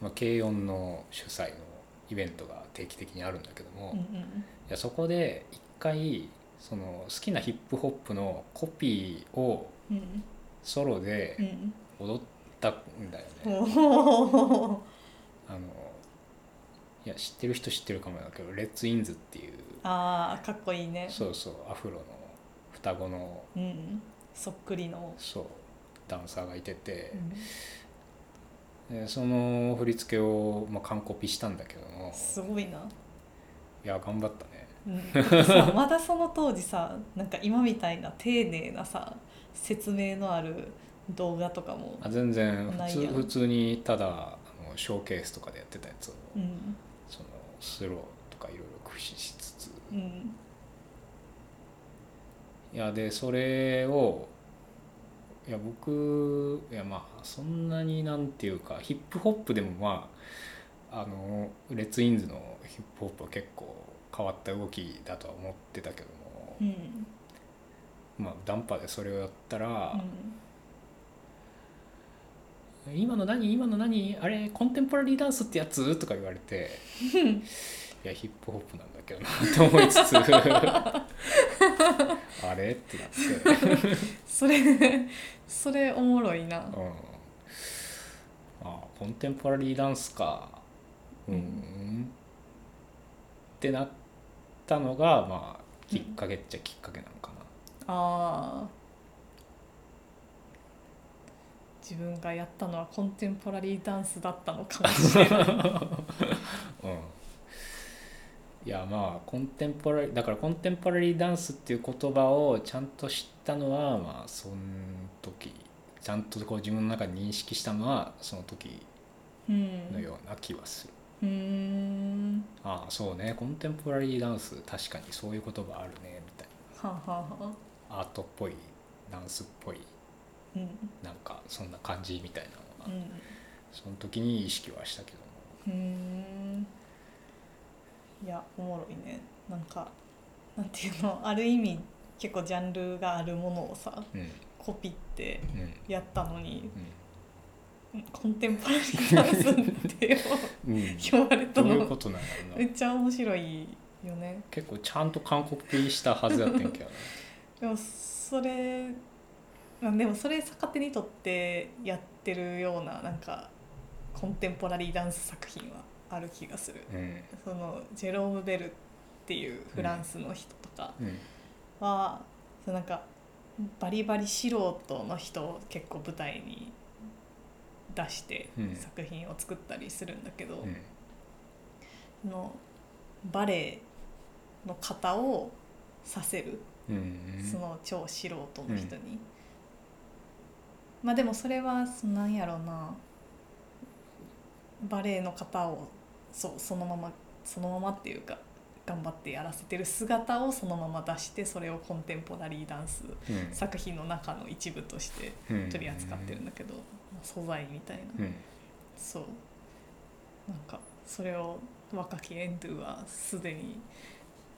Speaker 1: まあ、K4 の主催のイベントが定期的にあるんだけども、
Speaker 2: うんう
Speaker 1: いやそこで一回その好きなヒップホップのコピーを
Speaker 2: うん
Speaker 1: ソロ
Speaker 2: う
Speaker 1: で
Speaker 2: ん
Speaker 1: 踊ったんだよね、
Speaker 2: おー
Speaker 1: あのいや知ってる人知ってるかもだけどレッツ・インズっていう
Speaker 2: あーかっこいいね
Speaker 1: そうそうアフロの双子の
Speaker 2: うんそっくりの、
Speaker 1: そうダンサーがいてて
Speaker 2: う、ん
Speaker 1: でその振り付けを、まあ、完コピしたんだけども
Speaker 2: すごいな、
Speaker 1: いや頑張ったね
Speaker 2: うん、さまだその当時さなんか今みたいな丁寧なさ説明のある動画とかも、
Speaker 1: あ全然
Speaker 2: な
Speaker 1: 普
Speaker 2: い
Speaker 1: 通
Speaker 2: やん
Speaker 1: 普通にただあのショーケースとかでやってたやつを、
Speaker 2: うん
Speaker 1: そのスローとかいろいろ駆使しつつ
Speaker 2: うん、
Speaker 1: いやでそれをいや僕いやまあそんなになんていうかヒップホップでもまああのレッツインズのヒップホップは結構変わった動きだとは思ってたけども、
Speaker 2: うん
Speaker 1: まあダンパでそれをやったら
Speaker 2: う、ん
Speaker 1: 今の何今の何あれコンテンポラリーダンスってやつとか言われていやヒップホップなんだけどなと思いつつあれってなって、
Speaker 2: それそれおもろいな
Speaker 1: うん、あコンテンポラリーダンスかうん、
Speaker 2: うん
Speaker 1: ってなったのがまあきっかけっちゃきっかけなのかな、
Speaker 2: あー自分がやったのはコンテンポラリーダンスだったのかもし れない
Speaker 1: うんいやまあコンテンポラリーだからコンテンポラリーダンスっていう言葉をちゃんと知ったのはまあその時ちゃんとこう自分の中に認識したのはその時
Speaker 2: うん
Speaker 1: のような気はする、
Speaker 2: うーん
Speaker 1: ああそうねコンテンポラリーダンス確かにそういう言葉あるねみたい
Speaker 2: はあ、はあはあ、
Speaker 1: なアートっぽいダンスっぽい
Speaker 2: うんう
Speaker 1: なんかそんな感じみたいなのが、
Speaker 2: ん
Speaker 1: その時に意識はしたけども
Speaker 2: うーんいやおもろいねなんかなんていうの ある意味結構ジャンルがあるものをさ
Speaker 1: うん
Speaker 2: コピって
Speaker 1: うん
Speaker 2: やったのに
Speaker 1: う
Speaker 2: コンテンポラリーダンス って
Speaker 1: ん、うん、
Speaker 2: 呼ばれた
Speaker 1: どういう
Speaker 2: の
Speaker 1: ことなんだろうな
Speaker 2: めっちゃ面白いよね
Speaker 1: 結構ちゃんと韓国ピーしたはずやってんけどね
Speaker 2: でもそれまあでもそれ逆手にとってやってるようななんかコンテンポラリーダンス作品はある気がするそのジェローム・ベルっていうフランスの人とか
Speaker 1: うんうん
Speaker 2: は、そのなんかバリバリ素人の人を結構舞台に出して
Speaker 1: うん
Speaker 2: 作品を作ったりするんだけど、
Speaker 1: うん
Speaker 2: そのバレエの型をさせる
Speaker 1: うん
Speaker 2: その超素人の人に、まあでもそれはそのなんやろうなバレエの型をそうそのままそのままっていうか頑張ってやらせてる姿をそのまま出してそれをコンテンポラリーダンス
Speaker 1: うん
Speaker 2: 作品の中の一部として
Speaker 1: うん
Speaker 2: 取り扱ってるんだけど、まあ素材みたいな、
Speaker 1: うん
Speaker 2: そうなんかそれを若きエンドゥはすでに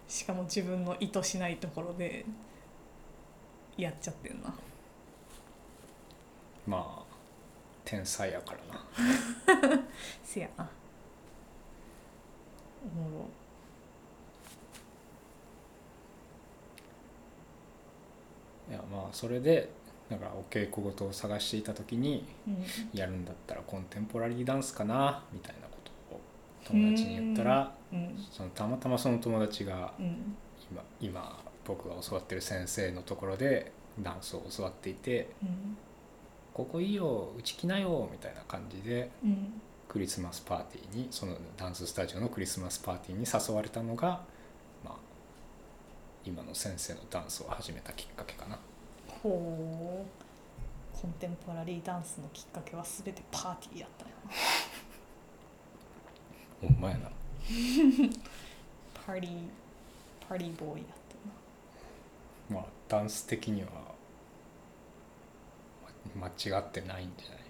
Speaker 2: しかも自分の意図しないところでやっちゃってんな
Speaker 1: まあ天才やからな
Speaker 2: せやなおもろ
Speaker 1: いやまあそれでなんかお稽古事を探していた時に
Speaker 2: うん
Speaker 1: やるんだったらコンテンポラリーダンスかなみたいなことを友達に言ったら
Speaker 2: うん
Speaker 1: そのたまたまその友達が
Speaker 2: うん
Speaker 1: 今今僕が教わってる先生のところでダンスを教わっていて
Speaker 2: うん
Speaker 1: 「ここいいようち来なよ」みたいな感じで
Speaker 2: うん
Speaker 1: クリスマスパーティーにそのダンススタジオのクリスマスパーティーに誘われたのが、まあ、今の先生のダンスを始めたきっかけかな
Speaker 2: ほうコンテンポラリーダンスのきっかけは全てパーティーやったよな
Speaker 1: ほんまやな
Speaker 2: パーティーパーティーボーイやったな
Speaker 1: まあダンス的にはま間違ってないんじ ゃない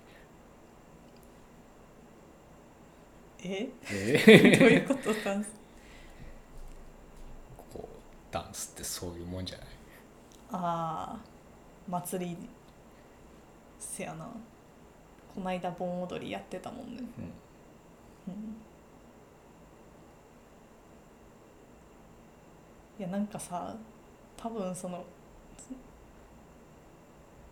Speaker 2: え
Speaker 1: え
Speaker 2: どういうことダンス
Speaker 1: ーこうダンスってそういうもんじゃない
Speaker 2: ああ祭りせやなこないだ盆踊りやってたもんね、
Speaker 1: うん
Speaker 2: うんいやなんかさた多分その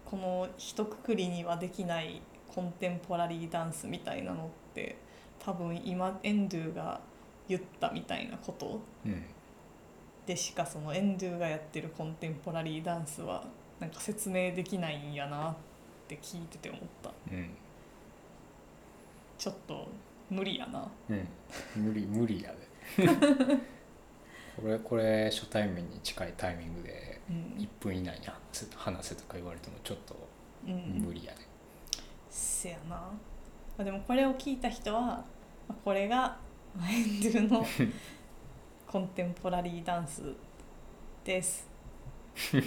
Speaker 2: この一括りにはできないコンテンポラリーダンスみたいなのって多分今エンドゥが言ったみたいなこと
Speaker 1: うん
Speaker 2: でしかそのエンドゥがやってるコンテンポラリーダンスはなんか説明できないんやなって聞いてて思った
Speaker 1: うん
Speaker 2: ちょっと無理やな
Speaker 1: うん無理無理やで これこれ初対面に近いタイミングで
Speaker 2: う
Speaker 1: 1
Speaker 2: ん、
Speaker 1: 分以内に話せ話せとか言われてもちょっと
Speaker 2: うん、
Speaker 1: 無理やで、
Speaker 2: せやな、まあ、でもこれを聞いた人はまあこれがマエンドゥ のコンテンポラリーダンスですっ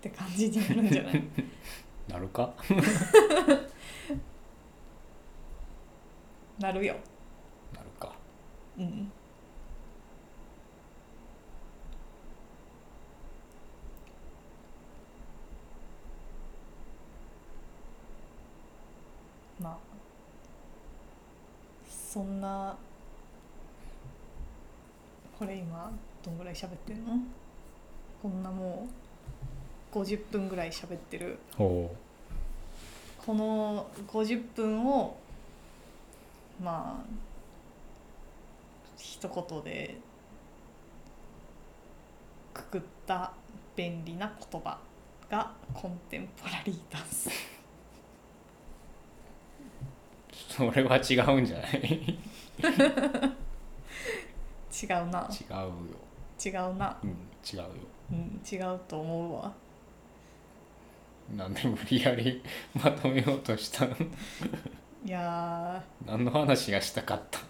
Speaker 2: て感じになるんじゃ ない
Speaker 1: なるか
Speaker 2: なるよ
Speaker 1: なるか
Speaker 2: うんまあそんなこれ今どんぐらい喋ってんのこんなもう50分ぐらい喋ってる
Speaker 1: ほ
Speaker 2: この50分をまあ一言でくくった便利な言葉がコンテンポラリーダンス
Speaker 1: うそれは違うんじゃない
Speaker 2: 違
Speaker 1: 違
Speaker 2: うな
Speaker 1: うよ、
Speaker 2: 違うな、
Speaker 1: うん、違うよ
Speaker 2: うん、違うと思うわ
Speaker 1: なんで無理やりまとめようとしたん
Speaker 2: いや
Speaker 1: 何の話がしたかったん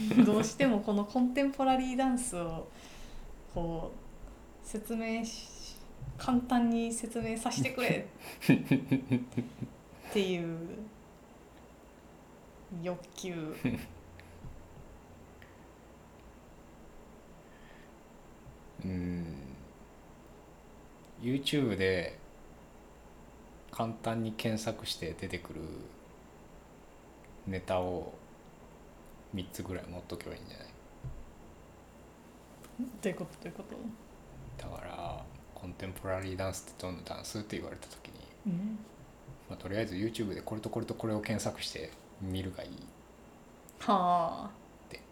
Speaker 2: ーどうしてもこのコンテンポラリーダンスをこう説明し簡単に説明させてくれっていう欲求
Speaker 1: うん YouTube で簡単に検索して出てくるネタを3つぐらい持っとけばいいんじゃない
Speaker 2: ということということ、
Speaker 1: だからコンテンポラリーダンスってどんなダンスって言われた時に、
Speaker 2: うん、
Speaker 1: まあ、とりあえず YouTube でこれとこれとこれを検索して見るがいい
Speaker 2: は
Speaker 1: で
Speaker 2: あ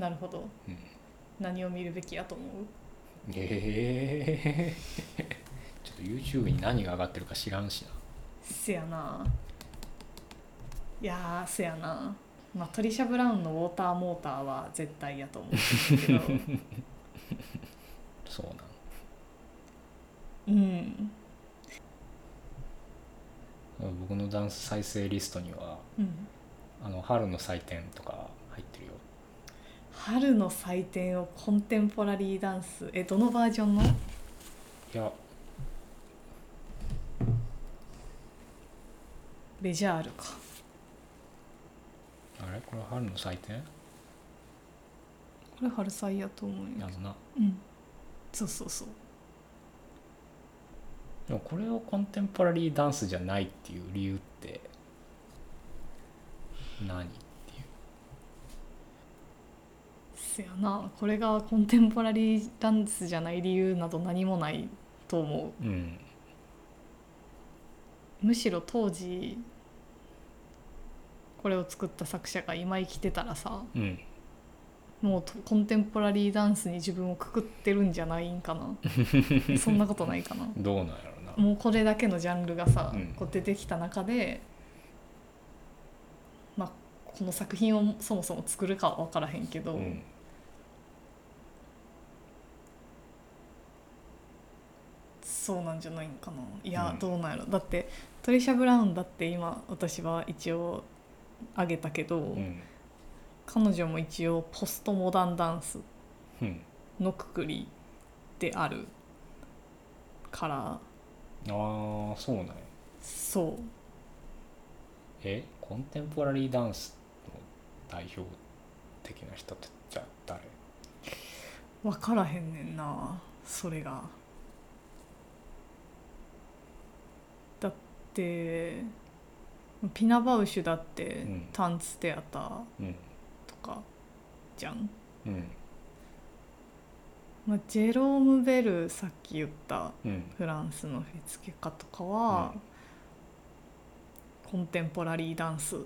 Speaker 2: なるほど、
Speaker 1: うん
Speaker 2: 何を見るべきやと思う
Speaker 1: ええ ちょっと YouTube に何が上がってるか知らんしな
Speaker 2: せやないやーせやなまあトリシャ・ブラウンのウォーターモーターは絶対やと思うけど
Speaker 1: そうな
Speaker 2: う
Speaker 1: ん
Speaker 2: ん
Speaker 1: 僕のダンス再生リストには
Speaker 2: うん
Speaker 1: あの春の祭典とか入ってるよ
Speaker 2: 春の祭典をコンテンポラリーダンスえどのバージョンの
Speaker 1: いや
Speaker 2: ベジャールか
Speaker 1: あれこれ春の祭典
Speaker 2: これ春祭やと思う
Speaker 1: な
Speaker 2: よ
Speaker 1: のな
Speaker 2: うんそうそうそう
Speaker 1: でもこれをコンテンポラリーダンスじゃないっていう理由って何っていう
Speaker 2: せやなこれがコンテンポラリーダンスじゃない理由など何もないと思
Speaker 1: うん
Speaker 2: うむしろ当時これを作った作者が今生きてたらさ
Speaker 1: うん
Speaker 2: もうとコンテンポラリーダンスに自分をくくってるんじゃないんかなそんなことないかな
Speaker 1: どうなんやろうな
Speaker 2: もうこれだけのジャンルがさ、
Speaker 1: うん
Speaker 2: こう出てきた中で、まあ、この作品をそもそも作るかは分からへんけど、
Speaker 1: うん
Speaker 2: そうなんじゃないんかないや、
Speaker 1: うん
Speaker 2: どうなんやろだってトリシャ・ブラウンだって今私は一応あげたけど、
Speaker 1: うん
Speaker 2: 彼女も一応ポストモダンダンス
Speaker 1: うん
Speaker 2: のくくりであるから
Speaker 1: ああそうなんや
Speaker 2: そう
Speaker 1: えコンテンポラリーダンスの代表的な人ってじゃあ誰
Speaker 2: 分からへんねんなそれがだってピナバウシュだって
Speaker 1: うん
Speaker 2: タンツテアター
Speaker 1: うん
Speaker 2: とかじゃん
Speaker 1: うん
Speaker 2: まあ、ジェローム・ベルさっき言った
Speaker 1: うん
Speaker 2: フランスの振り付け家とかは、コンテンポラリーダンス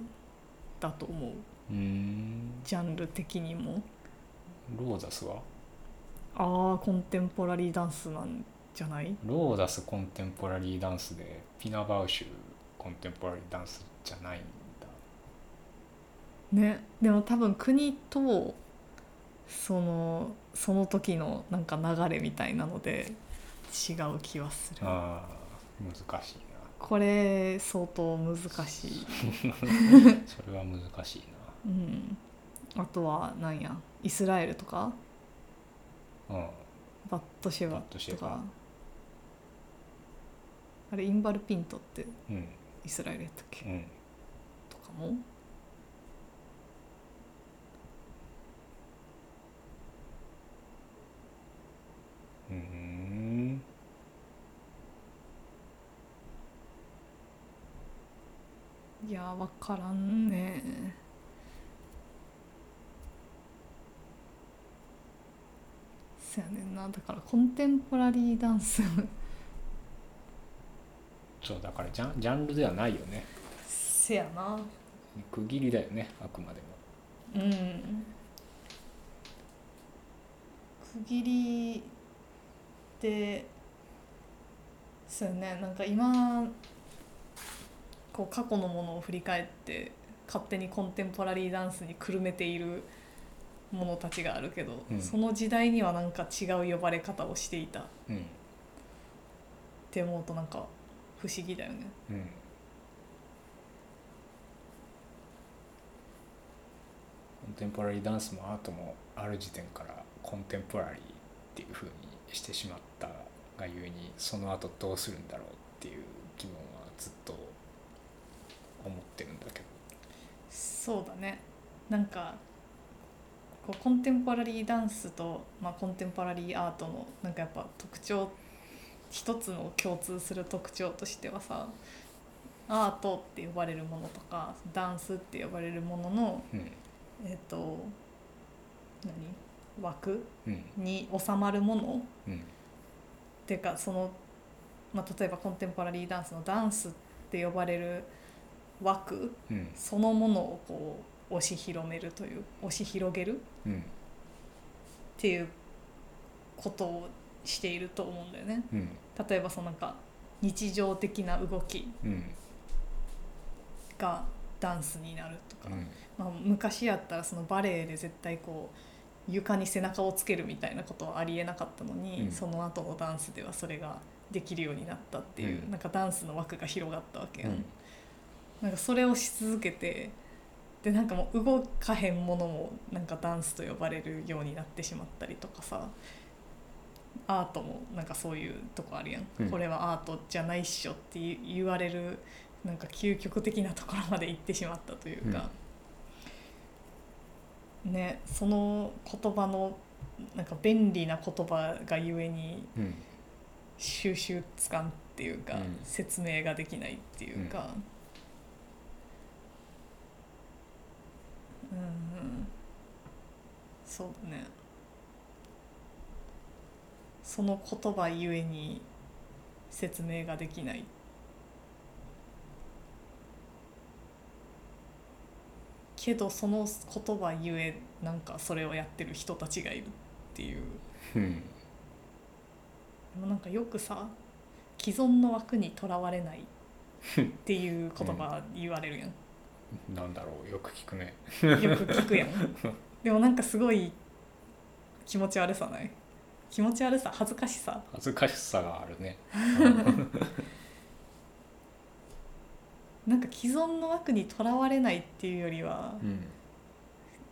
Speaker 2: だと思う
Speaker 1: うーん
Speaker 2: ジャンル的にも
Speaker 1: ローザスは
Speaker 2: ああコンテンポラリーダンスなんじゃない
Speaker 1: ローザスコンテンポラリーダンスでピナバウシュコンテンポラリーダンスじゃないんだ
Speaker 2: ねでも多分国とそのその時のなんか流れみたいなので違う気はする
Speaker 1: あー難しい
Speaker 2: これ相当難しい、
Speaker 1: な それは難しい
Speaker 2: うん、あとはなんやイスラエルとか
Speaker 1: なうん
Speaker 2: バットシェバ
Speaker 1: バットシ
Speaker 2: と
Speaker 1: ェバ
Speaker 2: かあれインバルピントって
Speaker 1: うん
Speaker 2: イスラエルやったっけ
Speaker 1: うん
Speaker 2: とかも
Speaker 1: うーん
Speaker 2: いやわからんねそやねんなだからコンテンポラリーダンス
Speaker 1: そうだからジャンジャンルではないよね
Speaker 2: せやな
Speaker 1: 区切りだよねあくまでも
Speaker 2: うん区切りでそうよねなんか今こう過去のものを振り返って勝手にコンテンポラリーダンスにくるめているものたちがあるけど、
Speaker 1: うん
Speaker 2: その時代にはなんか違う呼ばれ方をしていたっ
Speaker 1: うん
Speaker 2: て思うとなんか不思議だよね。
Speaker 1: うんコンテンポラリーダンスもアートもある時点からコンテンポラリーっていう風にしてしまったがゆえにその後どうするんだろうっていう疑問はずっと思ってるんだけど
Speaker 2: そうだねなんかこうコンテンポラリーダンスと、まあ、コンテンポラリーアートのなんかやっぱ特徴一つの共通する特徴としてはさアートって呼ばれるものとかダンスって呼ばれるものの、
Speaker 1: うん
Speaker 2: えっと何枠
Speaker 1: うん
Speaker 2: に収まるもの
Speaker 1: うん
Speaker 2: っていうかその、まあ、例えばコンテンポラリーダンスのダンスって呼ばれる枠
Speaker 1: うん
Speaker 2: そのものをこう押し広めるという押し広げるっ
Speaker 1: うん
Speaker 2: ていうことをしていると思うんだよね
Speaker 1: うん
Speaker 2: 例えばそのなんか日常的な動き
Speaker 1: うん
Speaker 2: がダンスになるとか、
Speaker 1: うん
Speaker 2: まあ、昔やったらそのバレエで絶対こう床に背中をつけるみたいなことはありえなかったのに、
Speaker 1: うん
Speaker 2: その後のダンスではそれができるようになったっていう、
Speaker 1: うん
Speaker 2: なんかダンスの枠が広がったわけ
Speaker 1: う
Speaker 2: やん
Speaker 1: ん
Speaker 2: なんかそれをし続けてでなんかもう動かへんものもなんかダンスと呼ばれるようになってしまったりとかさアートもなんかそういうとこあるやん、
Speaker 1: うん
Speaker 2: これはアートじゃないっしょって言言われるなんか究極的なところまで行ってしまったというか、ねその言葉のなんか便利な言葉がゆえに
Speaker 1: うん
Speaker 2: 収集つかんっていうか、
Speaker 1: うん
Speaker 2: 説明ができないっていうか、うん、うんそうだねその言葉ゆえに説明ができないけどその言葉ゆえなんかそれをやってる人たちがいるっていう。
Speaker 1: うん
Speaker 2: でもなんかよくさ既存の枠にとらわれないっていう言葉言われるやん、
Speaker 1: なんだろうよく聞くね
Speaker 2: よく聞くやんでもなんかすごい気持ち悪さない気持ち悪さ恥ずかしさ
Speaker 1: 恥ずかしさがあるね
Speaker 2: なんか既存の枠にとらわれないっていうよりは
Speaker 1: うん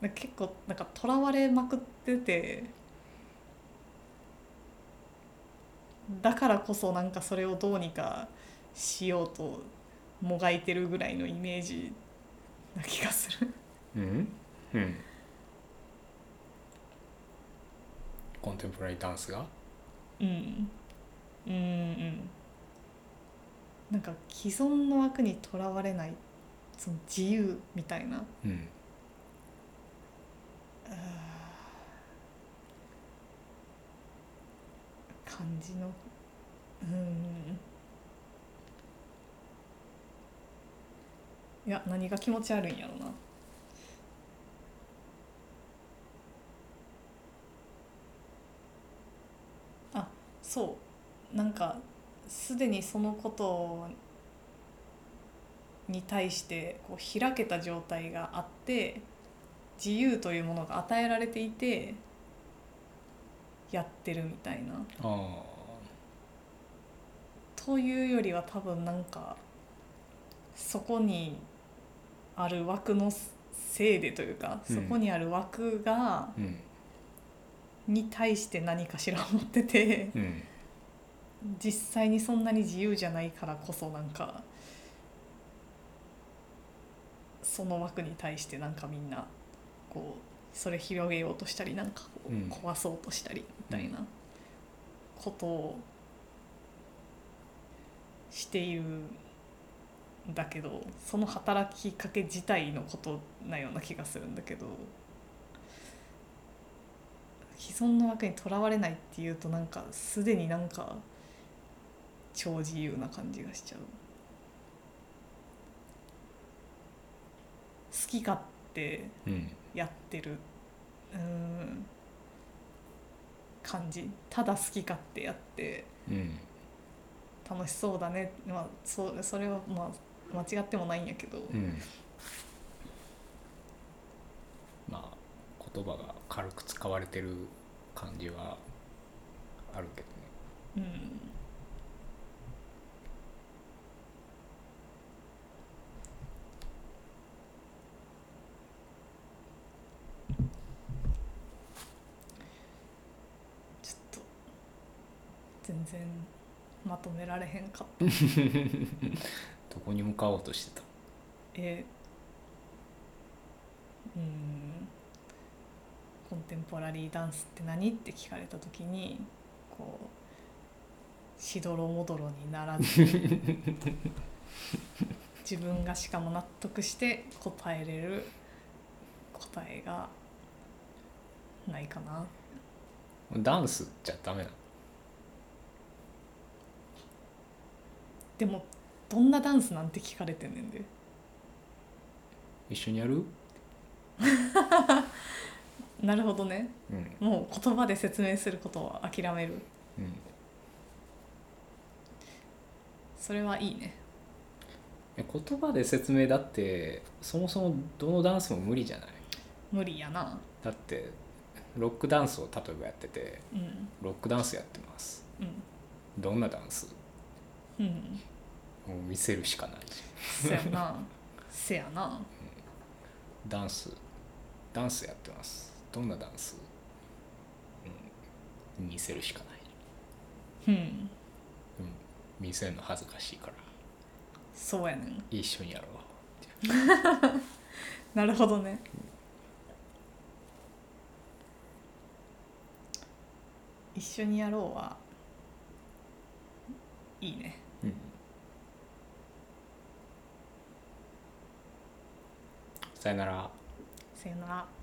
Speaker 2: なんか結構なんかとらわれまくっててだからこそなんかそれをどうにかしようともがいてるぐらいのイメージな気がする
Speaker 1: うんうんコンテンポラリーダンスが
Speaker 2: うんうんうんなんか既存の枠にとらわれないその自由みたいな
Speaker 1: うん
Speaker 2: 感じのうんいや何が気持ち悪いんやろなあそうなんかすでにそのことに対してこう開けた状態があって自由というものが与えられていてやってるみたいな。
Speaker 1: ああ
Speaker 2: というよりは多分なんかそこにある枠のせいでというか、
Speaker 1: うん
Speaker 2: そこにある枠が
Speaker 1: うん
Speaker 2: に対して何かしら思ってて
Speaker 1: うん
Speaker 2: 実際にそんなに自由じゃないからこそなんかその枠に対してなんかみんなこうそれ広げようとしたりなんかこう
Speaker 1: うん
Speaker 2: 壊そうとしたりみたいなことをしているんだけどその働きかけ自体のことなような気がするんだけど既存の枠にとらわれないっていうとなんかすでになんか超自由な感じがしちゃう。好き勝手
Speaker 1: うん
Speaker 2: やってるうーん感じただ好き勝手やって
Speaker 1: うん
Speaker 2: 楽しそうだね、まあ、そそれはまあ間違ってもないんやけど、
Speaker 1: うんまあ言葉が軽く使われてる感じはあるけど
Speaker 2: う
Speaker 1: ね
Speaker 2: ん、ちょっと全然まとめられへんかった。
Speaker 1: どこに向かおうとしてた
Speaker 2: えーうーんコンテンポラリーダンスって何って聞かれた時にこうしどろもどろにならず自分がしかも納得して答えれる答えがないかな
Speaker 1: ダンスじゃダメなの
Speaker 2: でもどんなダンスなんて聞かれてんねんで
Speaker 1: 一緒にやる
Speaker 2: なるほどね
Speaker 1: うん
Speaker 2: もう言葉で説明することを諦める
Speaker 1: うん
Speaker 2: それはいいね
Speaker 1: え言葉で説明だってそもそもどのダンスも無理じゃない
Speaker 2: 無理やな
Speaker 1: だってロックダンスを例えばやってて
Speaker 2: うん
Speaker 1: ロックダンスやってます
Speaker 2: うん
Speaker 1: どんなダンス
Speaker 2: うん
Speaker 1: もう見せるしかないし
Speaker 2: せやなせやな
Speaker 1: ダンスダンスやってますどんなダンス、うん、見せるしかない、
Speaker 2: うん
Speaker 1: うん、見せるの恥ずかしいから
Speaker 2: そうやねん
Speaker 1: 一緒にやろう
Speaker 2: なるほどね一緒にやろうはいいね
Speaker 1: うんさよなら
Speaker 2: さよなら